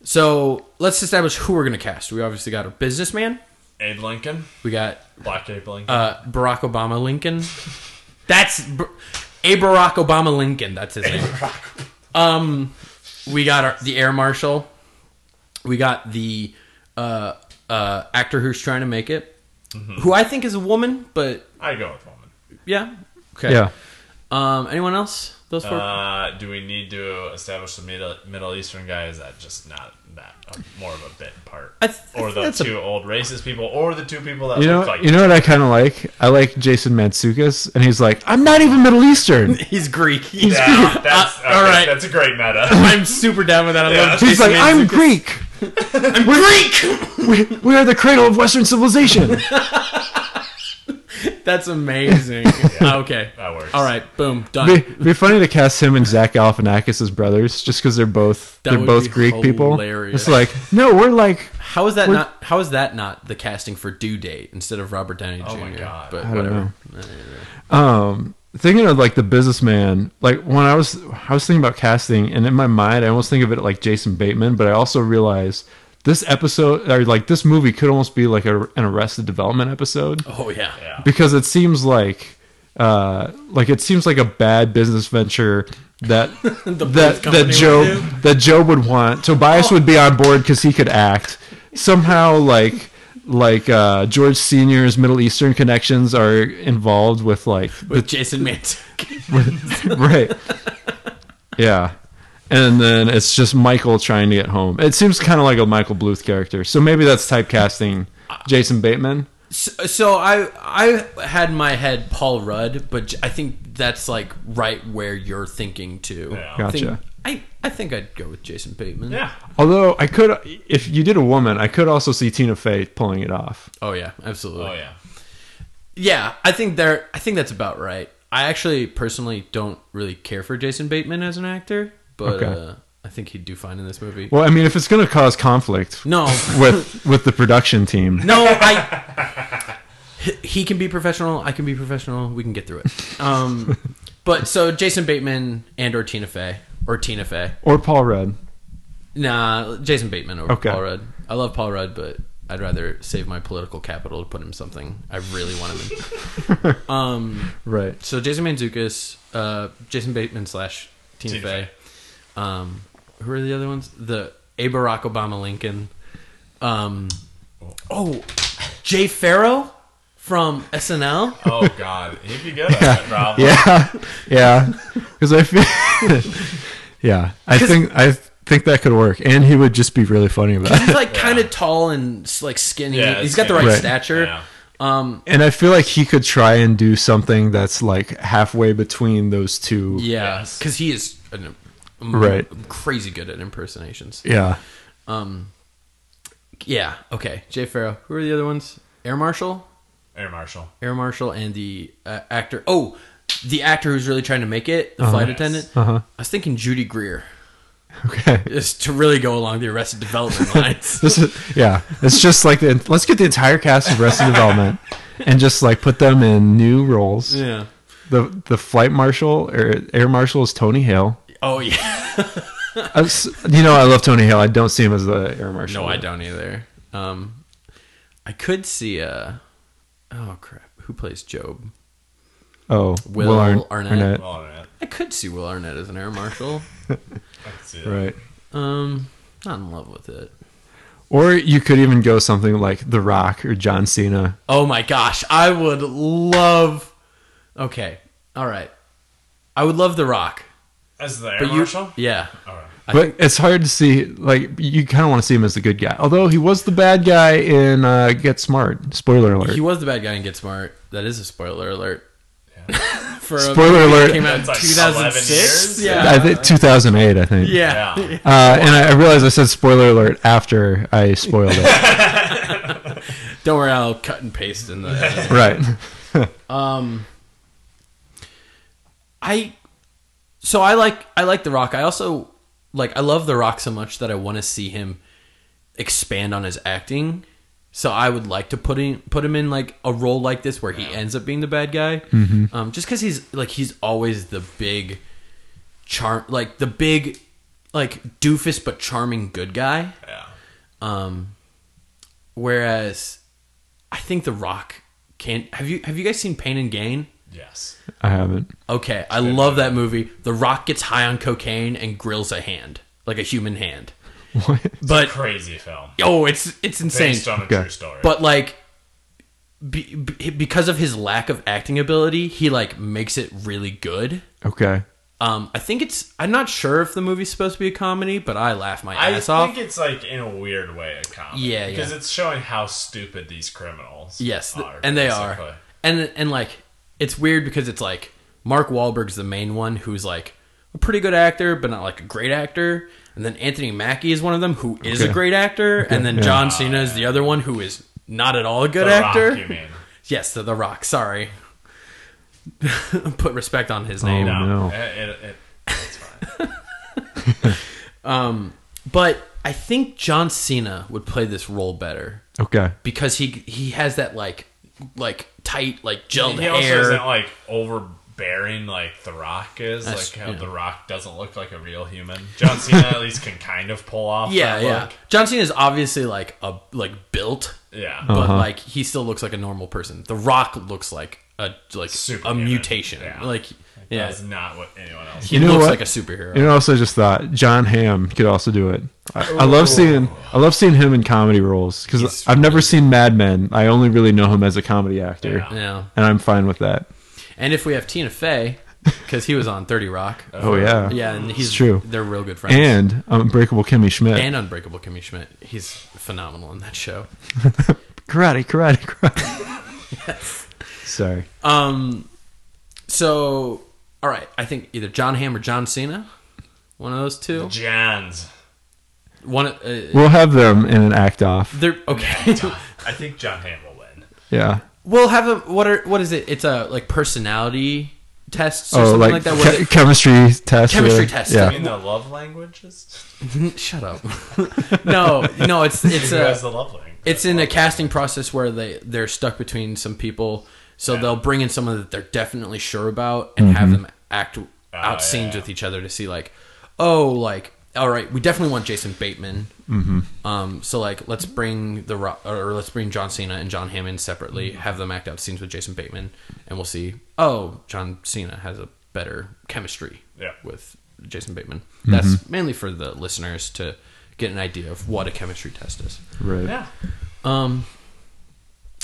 Speaker 1: So let's establish who we're gonna cast. We obviously got our businessman.
Speaker 2: Abe Lincoln.
Speaker 1: We got
Speaker 2: Black Abe Lincoln.
Speaker 1: uh, Barack Obama Lincoln. That's Bar- a Barack Obama Lincoln. That's his name. Um, we got our, the air marshal. We got the uh, uh, actor who's trying to make it,
Speaker 2: Mm-hmm.
Speaker 1: who I think is a woman, but
Speaker 2: I go with woman.
Speaker 1: yeah, okay.
Speaker 3: yeah.
Speaker 1: Um, anyone else? Those four.
Speaker 2: Uh, do we need to establish the Middle, Middle Eastern guy? Is that just not that uh, more of a bit part,
Speaker 1: I th- I
Speaker 2: or
Speaker 1: think
Speaker 2: the
Speaker 1: that's a-
Speaker 2: two old racist people, or the two people that
Speaker 3: You
Speaker 2: look
Speaker 3: know
Speaker 2: like
Speaker 3: you know what I kinda like? I like Jason Mansukas and he's like, I'm not even Middle Eastern.
Speaker 1: He's Greek.
Speaker 2: yeah, that's
Speaker 1: Uh, all
Speaker 2: okay,
Speaker 1: right.
Speaker 2: That's a great meta.
Speaker 1: I'm super down with that. I
Speaker 2: Yeah.
Speaker 1: love.
Speaker 3: He's
Speaker 1: Jason
Speaker 3: like, I'm
Speaker 1: Mantzoukas.
Speaker 3: Greek. I'm Greek we, we are the cradle of Western civilization.
Speaker 1: That's amazing. Okay.
Speaker 2: That works.
Speaker 1: All right. Boom. Done.
Speaker 3: Be, be funny to cast him and Zach Galifianakis as brothers, just because they're both
Speaker 1: That
Speaker 3: they're
Speaker 1: would
Speaker 3: both
Speaker 1: be
Speaker 3: Greek people.
Speaker 1: hilarious.
Speaker 3: It's like no, we're like
Speaker 1: How is that not? How is that not the casting for Due Date instead of Robert Downey Jr.?
Speaker 2: Oh my God.
Speaker 1: But
Speaker 3: I don't
Speaker 1: whatever.
Speaker 3: um thinking of like the businessman like when i was i was thinking about casting and in my mind i almost think of it like jason bateman but i also realize this episode or like this movie could almost be like a, an arrested development episode
Speaker 1: Oh yeah.
Speaker 2: Yeah.
Speaker 3: because it seems like uh like it seems like a bad business venture that that
Speaker 1: company
Speaker 3: that
Speaker 1: would
Speaker 3: joe
Speaker 1: do. Oh.
Speaker 3: that joe would want tobias would be on board because he could act somehow like like uh george senior's middle eastern connections are involved with like
Speaker 1: With Jason Mantzoukas.
Speaker 3: right yeah and then it's just michael trying to get home it seems kind of like a michael bluth character so maybe that's typecasting jason bateman
Speaker 1: So, so I I had in my head Paul Rudd, but j- I think that's like right where you're thinking too.
Speaker 2: Yeah.
Speaker 1: I think
Speaker 3: Gotcha.
Speaker 1: I I think I'd go with Jason Bateman.
Speaker 2: Yeah.
Speaker 3: Although I could, if you did a woman, I could also see Tina Fey pulling it off.
Speaker 1: Oh yeah, absolutely.
Speaker 2: Oh yeah.
Speaker 1: Yeah, I think there. I think that's about right. I actually personally don't really care for Jason Bateman as an actor, but
Speaker 3: Okay.
Speaker 1: uh, I think he'd do fine in this movie.
Speaker 3: Well, I mean, if it's going to cause conflict
Speaker 1: No,
Speaker 3: with with the production team,
Speaker 1: no, I. He- He can be professional. I can be professional. We can get through it. Um, but so Jason Bateman and or Tina Fey or Tina Fey.
Speaker 3: or Paul Rudd,
Speaker 1: Nah, Jason Bateman over
Speaker 3: Okay.
Speaker 1: Paul Rudd. I love Paul Rudd, but I'd rather save my political capital to put him something I really want him in. um,
Speaker 3: right?
Speaker 1: so Jason Manzukis, uh, Jason Bateman slash Tina
Speaker 2: Tina
Speaker 1: Fey. Um, who are the other ones? The A Barack Obama Lincoln. Um, oh, Jay Farrow from SNL.
Speaker 2: Oh god, he'd be good at that probably.
Speaker 3: Yeah, yeah, because I feel, yeah, I think I think that could work, and he would just be really funny about
Speaker 1: He's
Speaker 3: it.
Speaker 1: like kind of tall and s- like skinny.
Speaker 2: Yeah,
Speaker 1: He's got the right,
Speaker 2: skinny.
Speaker 3: Right.
Speaker 1: stature.
Speaker 2: Yeah.
Speaker 1: Um,
Speaker 3: And I feel like he could try and do something that's like halfway between those two.
Speaker 1: yeah,
Speaker 2: Yes.
Speaker 1: because he is an, um,
Speaker 3: Right.
Speaker 1: crazy good at impersonations.
Speaker 3: yeah.
Speaker 1: Um, yeah. Okay. Jay Farrow. Who are the other ones? Air Marshal,
Speaker 2: Air Marshal.
Speaker 1: Air Marshal, and the uh, actor. Oh, the actor who's really trying to make it, the flight
Speaker 2: Yes.
Speaker 1: attendant.
Speaker 3: Uh-huh.
Speaker 1: I was thinking Judy Greer,
Speaker 3: Okay.
Speaker 1: just to really go along the Arrested Development lines.
Speaker 3: This is yeah. It's just like the, let's get the entire cast of Arrested Development and just like put them in new roles.
Speaker 1: yeah.
Speaker 3: The the flight marshal or air marshal is Tony Hale.
Speaker 1: Oh yeah.
Speaker 3: I s- you know I love Tony Hale. I don't see him as the air marshal.
Speaker 1: No, I don't either. Um, I could see uh, oh crap, who plays Job?
Speaker 3: Oh,
Speaker 1: Will
Speaker 3: Will, Arn-
Speaker 1: Arnett.
Speaker 3: Arnett.
Speaker 2: Well, man,
Speaker 1: I could see Will Arnett as an air marshal.
Speaker 2: I can see that.
Speaker 3: Right.
Speaker 1: Um, not in love with it.
Speaker 3: Or you could even go something like The Rock or John Cena.
Speaker 1: Oh my gosh, I would love. Okay, all right, I would love The Rock.
Speaker 2: As the Air
Speaker 1: But you,
Speaker 2: Marshal?
Speaker 1: yeah,
Speaker 2: All right.
Speaker 1: I
Speaker 3: But it's hard to see. Like you kind of want to see him as the good guy. Although he was the bad guy in uh, Get Smart. Spoiler alert.
Speaker 1: he was the bad guy in Get Smart. That is a spoiler alert. For a
Speaker 3: Spoiler
Speaker 1: movie that
Speaker 3: alert.
Speaker 1: came out in
Speaker 2: That's like
Speaker 1: 2006.
Speaker 2: 11 years?
Speaker 1: Yeah.
Speaker 3: I think 2008. I think.
Speaker 1: yeah,
Speaker 2: Yeah.
Speaker 3: Uh, and I, I realized I said spoiler alert after I spoiled it.
Speaker 1: Don't worry, I'll cut and paste in the.
Speaker 3: right.
Speaker 1: Um, I, so I like I like The Rock. I also like I love The Rock so much that I want to see him expand on his acting. So I would like to put in put him in like a role like this where he ends up being the bad guy, um, just because he's like he's always the big charm, like the big like doofus but charming good guy.
Speaker 2: Yeah.
Speaker 1: Um, whereas I think The Rock can have you have you guys seen Pain and Gain?
Speaker 2: Yes.
Speaker 3: I haven't.
Speaker 1: Okay, I love that movie. The Rock gets high on cocaine and grills a hand, like a human hand.
Speaker 3: What?
Speaker 1: But
Speaker 2: Crazy film.
Speaker 1: oh, it's it's insane.
Speaker 2: Based on a
Speaker 3: Okay.
Speaker 2: true story.
Speaker 1: But like be, be- because of his lack of acting ability, he like makes it really good.
Speaker 3: Okay.
Speaker 1: Um, I think it's. I'm not sure if the movie's supposed to be a comedy, but I laugh my
Speaker 2: I
Speaker 1: ass
Speaker 2: think
Speaker 1: off.
Speaker 2: it's like in a weird way a comedy.
Speaker 1: Yeah,
Speaker 2: Because
Speaker 1: yeah.
Speaker 2: it's showing how stupid these criminals
Speaker 1: Yes, th-
Speaker 2: are.
Speaker 1: and they
Speaker 2: basically.
Speaker 1: are, and and like it's weird because it's like Mark Wahlberg's the main one who's like a pretty good actor, but not like a great actor, and then Anthony Mackie is one of them who is a
Speaker 3: Okay.
Speaker 1: great actor, and then
Speaker 3: yeah.
Speaker 1: John Cena is the other one who is not at all a good
Speaker 2: The Rock,
Speaker 1: actor.
Speaker 2: you mean.
Speaker 1: yes, the, the Rock. Sorry, put respect on his name.
Speaker 3: Oh,
Speaker 2: No.
Speaker 3: no.
Speaker 2: It, it, it, it's fine.
Speaker 1: But I think John Cena would play this role better
Speaker 3: Okay.
Speaker 1: because he he has that like like tight like gelled
Speaker 2: he
Speaker 1: hair.
Speaker 2: also isn't like overbearing like The Rock is.
Speaker 1: That's-
Speaker 2: like how
Speaker 1: yeah.
Speaker 2: The Rock doesn't look like a real human. John Cena at least can kind of pull off.
Speaker 1: Yeah,
Speaker 2: that
Speaker 1: yeah.
Speaker 2: look.
Speaker 1: John Cena is obviously like a like built,
Speaker 2: Yeah.
Speaker 1: but
Speaker 3: Uh-huh.
Speaker 1: like he still looks like a normal person. The Rock looks like a like a
Speaker 2: Superhuman.
Speaker 1: mutation.
Speaker 2: Yeah.
Speaker 1: Like yeah,
Speaker 2: That's not what anyone else.
Speaker 1: he
Speaker 3: You know
Speaker 1: looks
Speaker 3: what?
Speaker 1: like a superhero.
Speaker 3: You know, also just thought John Hamm could also do it. I, I love seeing I love seeing him in comedy roles because
Speaker 1: He's
Speaker 3: I've never seen Mad Men. I only really know him as a comedy actor,
Speaker 2: Yeah.
Speaker 1: yeah,
Speaker 3: and I'm fine with that.
Speaker 1: and if we have Tina Fey, because he was on Thirty Rock.
Speaker 2: Uh,
Speaker 3: Oh yeah,
Speaker 1: Yeah, and he's
Speaker 3: It's true.
Speaker 1: They're real good friends.
Speaker 3: And Unbreakable Kimmy Schmidt.
Speaker 1: And Unbreakable Kimmy Schmidt. He's phenomenal in that show.
Speaker 3: karate, karate, karate. Sorry.
Speaker 1: Um, so all right, I think either John Hamm or John Cena. One of those two.
Speaker 2: Johns.
Speaker 1: One. of- Uh,
Speaker 3: We'll have them in an act off.
Speaker 1: they're okay.
Speaker 2: I think John Hamm will win.
Speaker 3: Yeah.
Speaker 1: we'll have a what are what is it? It's a like personality tests or
Speaker 3: oh,
Speaker 1: something
Speaker 3: like,
Speaker 1: like, that.
Speaker 3: che-
Speaker 1: Where they-
Speaker 3: chemistry test.
Speaker 1: Chemistry
Speaker 3: or-
Speaker 1: test, I
Speaker 3: Yeah.
Speaker 2: You mean the love languages?
Speaker 1: Shut up. no, no. It's it's
Speaker 2: Who
Speaker 1: a
Speaker 2: has the love language?
Speaker 1: it's in a casting process where they they're stuck between some people, so they'll bring in someone that they're definitely sure about and have them act out scenes
Speaker 2: Oh, yeah.
Speaker 1: with each other to see like, oh, like all right, we definitely want Jason Bateman. Mm-hmm. Um, so like, let's bring the Ro- or let's bring John Cena and John Hammond separately,
Speaker 2: Mm-hmm.
Speaker 1: have them act out scenes with Jason Bateman, and we'll see. Oh, John Cena has a better chemistry
Speaker 2: Yeah.
Speaker 1: with Jason Bateman. That's mainly for the listeners to get an idea of what a chemistry test is.
Speaker 3: Right.
Speaker 2: Yeah.
Speaker 1: Um.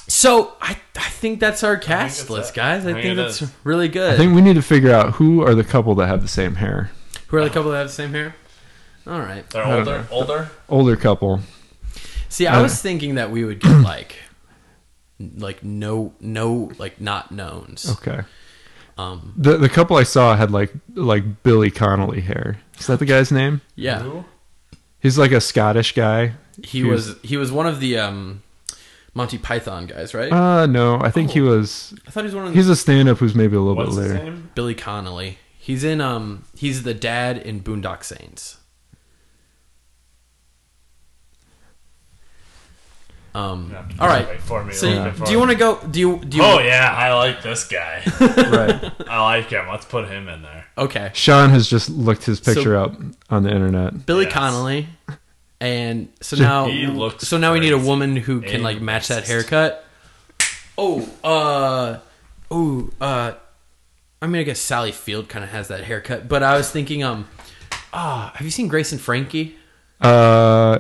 Speaker 1: So I I think that's our
Speaker 2: I
Speaker 1: cast
Speaker 2: think that's
Speaker 1: list,
Speaker 2: it.
Speaker 1: guys. I,
Speaker 2: I think
Speaker 1: think
Speaker 2: it
Speaker 1: that's
Speaker 2: is.
Speaker 1: really
Speaker 3: I
Speaker 1: good.
Speaker 3: think we need to figure out who are the couple that have the same hair.
Speaker 1: Who are the couple that have the same hair? All right.
Speaker 2: They're
Speaker 3: don't
Speaker 2: older. Older.
Speaker 3: Older couple.
Speaker 1: See, I was thinking that we would get like, like no no like not knowns.
Speaker 3: Okay. Oh.
Speaker 1: Um.
Speaker 3: The the couple I saw had like like Billy Connolly hair. Is that the guy's name?
Speaker 1: Yeah.
Speaker 2: Who?
Speaker 3: He's like a Scottish guy.
Speaker 1: He was he was one of the um, Monty Python guys, right?
Speaker 3: Uh no, I think he was
Speaker 1: I thought he was one of the
Speaker 3: he's a stand up who's maybe a little
Speaker 2: What's
Speaker 3: bit
Speaker 2: his
Speaker 3: later.
Speaker 2: name?
Speaker 1: Billy Connolly. He's in um he's the dad in Boondock Saints. Um
Speaker 2: Yeah.
Speaker 1: all right.
Speaker 2: Wait for me.
Speaker 1: So
Speaker 2: Wait
Speaker 1: you-
Speaker 2: for
Speaker 1: do you
Speaker 2: me.
Speaker 1: want to go do you do you
Speaker 2: Oh yeah, I like this guy.
Speaker 3: right.
Speaker 2: I like him. Let's put him in there.
Speaker 1: Okay.
Speaker 3: Sean has just looked his
Speaker 1: So-
Speaker 3: picture up on the internet.
Speaker 1: Billy
Speaker 2: Yes.
Speaker 1: Connolly and so now
Speaker 2: He looks
Speaker 1: so now we need a
Speaker 2: crazy.
Speaker 1: woman who
Speaker 2: And
Speaker 1: can like match that
Speaker 2: racist.
Speaker 1: haircut. Oh, uh oh, uh I mean I guess Sally Field kind of has that haircut, but I was thinking um ah, have you seen Grace and Frankie?
Speaker 3: Uh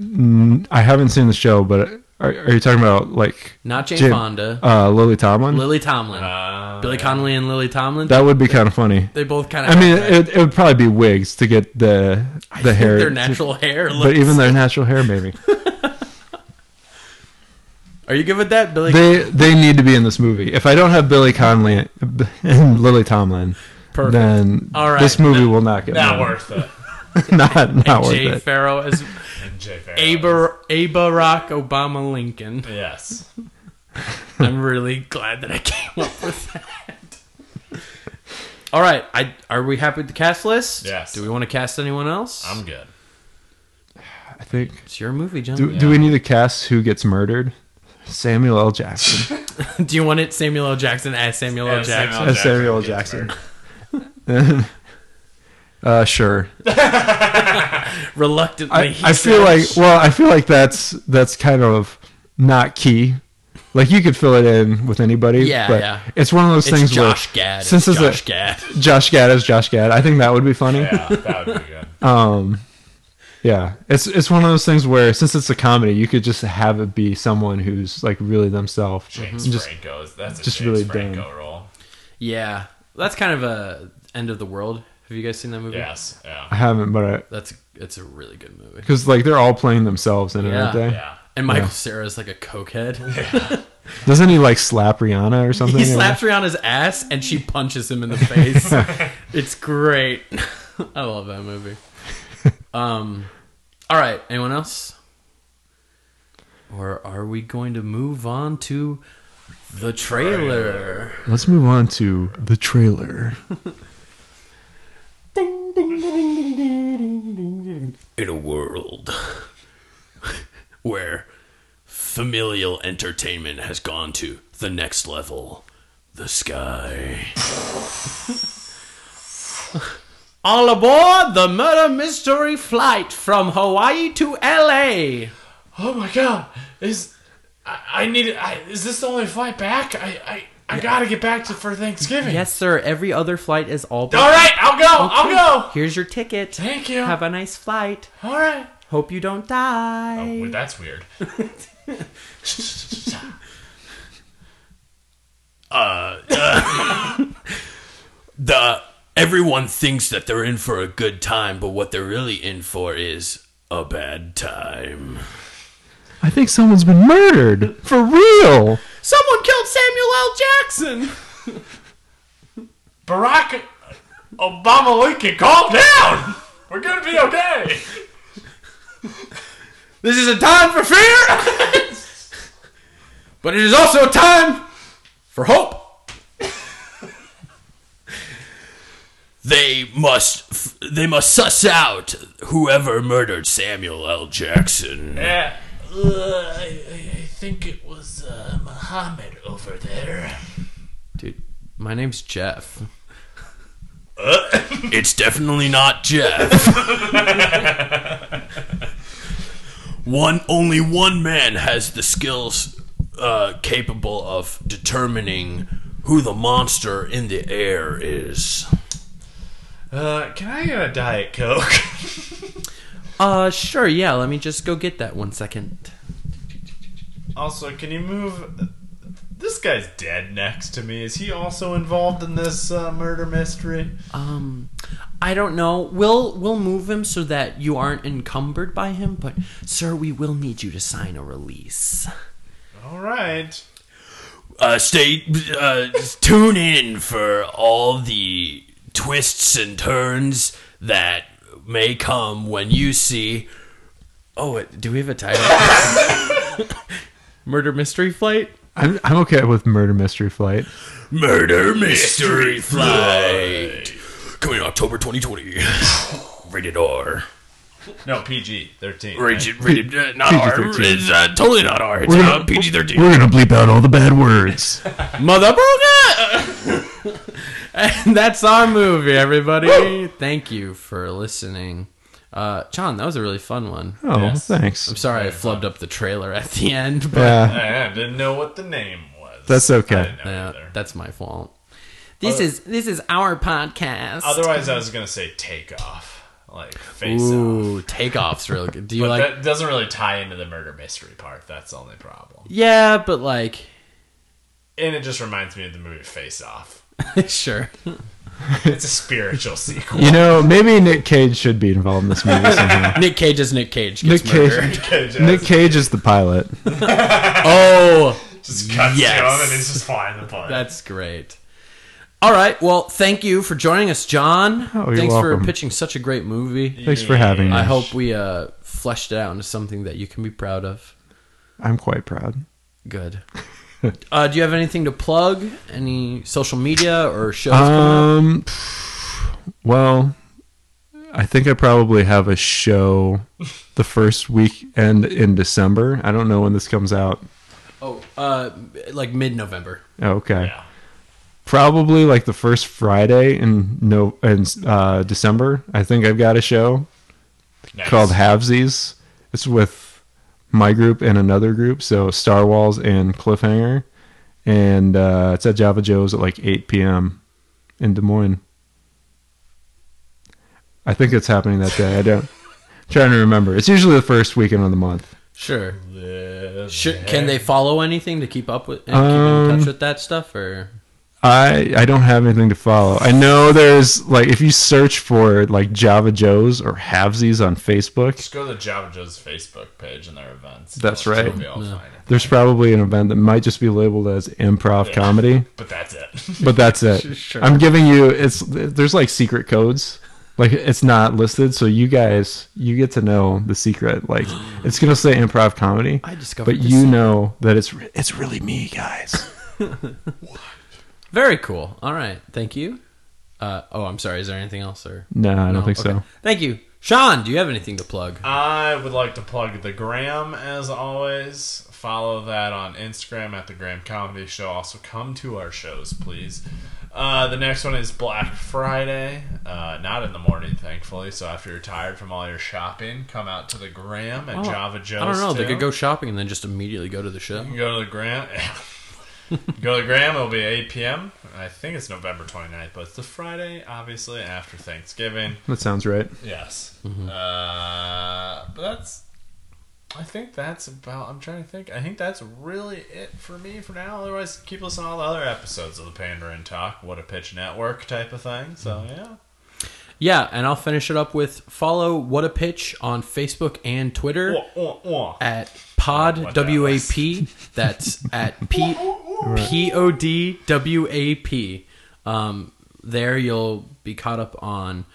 Speaker 3: n- I haven't seen the show, but are, are you talking about like
Speaker 1: Not Jane
Speaker 3: Jim-
Speaker 1: Fonda.
Speaker 3: uh Lily Tomlin?
Speaker 1: Lily Tomlin.
Speaker 2: Uh,
Speaker 1: Billy Connolly and Lily Tomlin.
Speaker 3: that would be kind of funny.
Speaker 1: they both kind of.
Speaker 3: I mean, it, it would probably be wigs to get the the hair,
Speaker 1: their natural hair. Looks.
Speaker 3: but even their natural hair, maybe
Speaker 1: are you good with that, Billy?
Speaker 3: they they need to be in this movie. If I don't have Billy Conley and Lily Tomlin,
Speaker 1: Perfect.
Speaker 3: then
Speaker 1: All right.
Speaker 3: this movie will not get
Speaker 2: not
Speaker 3: made.
Speaker 2: worth it.
Speaker 3: not not worth
Speaker 1: Jay
Speaker 3: it.
Speaker 1: Farrow as
Speaker 2: And Jay Farrow.
Speaker 1: Aber Abarack Obama Lincoln.
Speaker 2: Yes.
Speaker 1: I'm really glad that I came up with that. All right, I are we happy with the cast list?
Speaker 2: Yes.
Speaker 1: Do we want to cast anyone else?
Speaker 2: I'm good.
Speaker 3: I think.
Speaker 1: it's your movie, John.
Speaker 3: Do,
Speaker 1: Do,
Speaker 3: do we need to cast who gets murdered? Samuel L. Jackson.
Speaker 1: you want it Samuel L. Jackson as Samuel L.
Speaker 2: Yeah,
Speaker 1: Jackson?
Speaker 2: Samuel L.
Speaker 3: As Samuel L.
Speaker 2: Jackson.
Speaker 3: Jackson. uh, sure.
Speaker 1: Reluctantly,
Speaker 3: I,
Speaker 1: he
Speaker 3: I
Speaker 1: said,
Speaker 3: feel like well, I feel like that's that's kind of not key. Like you could fill it in with anybody.
Speaker 1: Yeah,
Speaker 3: but
Speaker 1: yeah.
Speaker 3: It's one of those
Speaker 1: it's
Speaker 3: things
Speaker 1: Josh
Speaker 3: where
Speaker 1: Gad.
Speaker 3: since
Speaker 1: it's
Speaker 3: it's
Speaker 1: Josh
Speaker 3: a-
Speaker 1: Gad.
Speaker 3: Josh Gad is Josh Gad. I think that would be funny. Yeah.
Speaker 2: Yeah, that would be good.
Speaker 3: Um, It's it's one of those things where since it's a comedy, you could just have it be someone who's like really themselves.
Speaker 2: James
Speaker 3: And Just
Speaker 2: Franco's. That's a
Speaker 3: just
Speaker 2: James
Speaker 3: really
Speaker 2: Franco
Speaker 3: dumb.
Speaker 2: role.
Speaker 1: Yeah, that's kind of a end of the world. Have you guys seen that movie?
Speaker 2: Yes.
Speaker 3: I
Speaker 2: Yeah.
Speaker 3: haven't, but
Speaker 1: that's it's a really good movie.
Speaker 3: because like they're all playing themselves in it, aren't
Speaker 1: Yeah.
Speaker 3: they?
Speaker 2: Yeah.
Speaker 1: And Michael Sarah's like a cokehead.
Speaker 3: Doesn't he like slap Rihanna or something?
Speaker 1: He slaps her on his ass and she punches him in the face. it's great. I love that movie. Um, all right, anyone else? Or are we going to move on to the trailer?
Speaker 3: Let's move on to the trailer.
Speaker 1: in a world where familial entertainment has gone to the next level the sky. All aboard the murder mystery flight from Hawaii to LA.
Speaker 2: Oh my god! Is I, I need? I, is this the only flight back? I I, I gotta get back to for Thanksgiving.
Speaker 1: Yes, sir. Every other flight is all.
Speaker 2: All right, I'll go. I'll go.
Speaker 1: Here's your ticket.
Speaker 2: Thank you.
Speaker 1: Have a nice flight.
Speaker 2: All right.
Speaker 1: Hope you don't die.
Speaker 2: Wait, Oh, that's weird.
Speaker 1: the everyone thinks that they're in for a good time, but what they're really in for is a bad time.
Speaker 3: I think someone's been murdered for real.
Speaker 1: Someone killed Samuel L. Jackson.
Speaker 2: Barack Obama Lincoln, calm down. We're gonna be okay.
Speaker 1: This is a time for fear, but it is also a time for hope.
Speaker 4: They must they must suss out whoever murdered Samuel L. Jackson.
Speaker 2: Yeah.
Speaker 4: I, I think it was uh, Muhammad over there.
Speaker 1: Dude, my name's Jeff.
Speaker 4: It's definitely not Jeff. one only one man has the skills uh, capable of determining who the monster in the air is.
Speaker 2: Uh, can I get a diet coke?
Speaker 1: Uh, sure, yeah. Let me just go get that one second.
Speaker 2: also, can you move? This guy's dead next to me. Is he also involved in this uh, murder mystery?
Speaker 1: Um, I don't know. We'll we'll move him so that you aren't encumbered by him. But sir, we will need you to sign a release.
Speaker 2: All right.
Speaker 4: uh, stay uh, tune in for all the twists and turns that may come when you see
Speaker 1: Oh, wait, do we have a title? Murder mystery flight.
Speaker 3: I'm, I'm okay with Murder Mystery Flight.
Speaker 4: Murder Mystery Flight coming October 2020. Rated R.
Speaker 2: No, PG thirteen.
Speaker 4: Rated, rated uh, not R.
Speaker 3: PG-13.
Speaker 4: It's uh, totally not R. It's uh, PG 13.
Speaker 3: We're gonna bleep out all the bad words.
Speaker 1: Mother and that's our movie, everybody. Thank you for listening. Uh, John, that was a really fun one.
Speaker 3: Oh,
Speaker 2: Yes.
Speaker 1: I'm
Speaker 3: thanks.
Speaker 1: sorry I flubbed up the trailer at the end, but
Speaker 3: Yeah,
Speaker 2: I I didn't know what the name was.
Speaker 3: That's okay.
Speaker 2: I didn't know
Speaker 1: yeah,
Speaker 2: either.
Speaker 1: that's my fault. This is this is our podcast.
Speaker 2: Otherwise, I was gonna say take off, like face off.
Speaker 1: Ooh, takeoff's real good. Do you
Speaker 2: But
Speaker 1: like?
Speaker 2: that doesn't really tie into the murder mystery part. That's the only problem.
Speaker 1: yeah, but like,
Speaker 2: And it just reminds me of the movie Face Off.
Speaker 1: sure.
Speaker 2: It's a spiritual sequel.
Speaker 3: you know, maybe Nick Cage should be involved in this movie somehow.
Speaker 1: Nick Cage is Nick Cage.
Speaker 3: Nick
Speaker 1: Gets murdered.
Speaker 3: Cage,
Speaker 2: It
Speaker 3: Nick
Speaker 2: just,
Speaker 3: Cage is the pilot.
Speaker 1: Oh,
Speaker 2: just cuts
Speaker 1: Yes.
Speaker 2: to him and he's just flying the plane.
Speaker 1: that's great. All right. Well, thank you for joining us, John.
Speaker 3: Oh, you're
Speaker 1: Thanks for
Speaker 3: welcome.
Speaker 1: pitching such a great movie.
Speaker 3: Thanks for having me.
Speaker 1: I hope we uh, fleshed it out into something that you can be proud of.
Speaker 3: I'm quite proud.
Speaker 1: Good. Uh, do you have anything to plug? Any social media or shows? coming up?
Speaker 3: Um, well, I think I probably have a show the first weekend in December. I don't know when this comes out. Oh,
Speaker 1: Oh, uh, like mid-November.
Speaker 3: Okay.
Speaker 2: Yeah.
Speaker 3: Probably like the first Friday in no in uh, December. I think I've got a show
Speaker 2: Nice.
Speaker 3: called Havesies. It's with my group and another group, so Star Walls and Cliffhanger, and uh, it's at Java Joe's at like 8 p.m. in Des Moines. I think it's happening that day. I don't. I'm trying to remember. It's usually the first weekend of the month.
Speaker 1: Sure.
Speaker 2: Live
Speaker 1: Sure,
Speaker 2: there.
Speaker 1: can they follow anything to keep up with and keep in
Speaker 3: Um,
Speaker 1: touch with that stuff or
Speaker 3: I I don't have anything to follow. I know there's like if you search for like Java Joe's or Havesies on Facebook,
Speaker 2: Just go to the Java Joe's Facebook page and their events.
Speaker 3: That's
Speaker 2: They'll-
Speaker 3: right.
Speaker 2: they'll be all
Speaker 1: Yeah.
Speaker 2: fine.
Speaker 3: there's probably an event that might just be labeled as improv
Speaker 2: Yeah.
Speaker 3: comedy.
Speaker 2: But that's it.
Speaker 3: but that's it.
Speaker 1: Sure.
Speaker 3: I'm giving you it's there's like secret codes. Like it's not listed, so you guys you get to know the secret. Like it's gonna say improv comedy,
Speaker 1: I discovered
Speaker 3: but
Speaker 1: this
Speaker 3: you know that it's re- it's really me, guys.
Speaker 1: Very cool. All right. Thank you. Uh, oh, I'm sorry. Is there anything else or
Speaker 3: no, I don't
Speaker 1: No?
Speaker 3: think
Speaker 1: Okay.
Speaker 3: so.
Speaker 1: Thank you. Sean, do you have anything to plug?
Speaker 2: I would like to plug the Gram as always. Follow that on Instagram at the Gram Comedy Show. Also, come to our shows, please. Uh, the next one is Black Friday. Uh, not in the morning, thankfully. So after you're tired from all your shopping, come out to the Gram at Java Joe's.
Speaker 1: Oh, I don't know. They
Speaker 2: too.
Speaker 1: could go shopping and then just immediately go to the show.
Speaker 2: You can go to the Gram. go to the Gram. It'll be 8 p.m. I think it's November 29th, but it's the Friday, obviously, after Thanksgiving.
Speaker 3: That sounds right.
Speaker 2: Yes. Uh, but that's. I think that's about. I'm trying to think. I think that's really it for me for now. Otherwise, keep listening to all the other episodes of the Pandarin Talk, What a Pitch Network type of thing. So yeah.
Speaker 1: Yeah, and I'll finish it up with follow What a Pitch on Facebook and Twitter
Speaker 2: Wah, wah, wah.
Speaker 1: at
Speaker 2: What
Speaker 1: Pod
Speaker 2: that
Speaker 1: W A
Speaker 2: was.
Speaker 1: P. That's at P P O D W A P. Um, there you'll be caught up on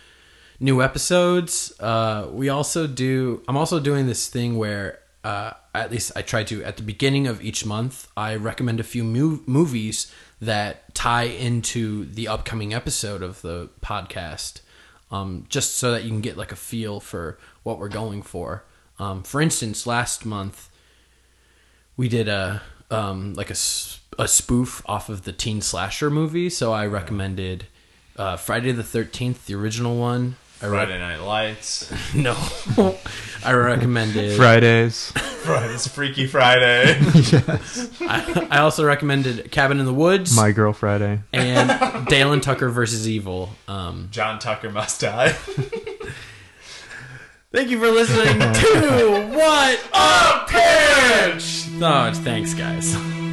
Speaker 1: new episodes. Uh, we also do. I'm also doing this thing where, uh, at least I try to, at the beginning of each month, I recommend a few mu- movies that tie into the upcoming episode of the podcast, um, just so that you can get like a feel for what we're going for. Um, for instance, last month we did a um, like a, s- a spoof off of the teen slasher movie. So I recommended uh, Friday the Thirteenth, the original one. I re-
Speaker 2: Friday Night Lights.
Speaker 1: no, I recommended.
Speaker 3: Fridays.
Speaker 2: Friday's Freaky Friday.
Speaker 1: I, I also recommended Cabin in the Woods
Speaker 3: My Girl Friday.
Speaker 1: and Dalen Tucker versus Evil. Um,
Speaker 2: John Tucker must die.
Speaker 1: thank you for listening to what a pitch. Oh, thanks, guys.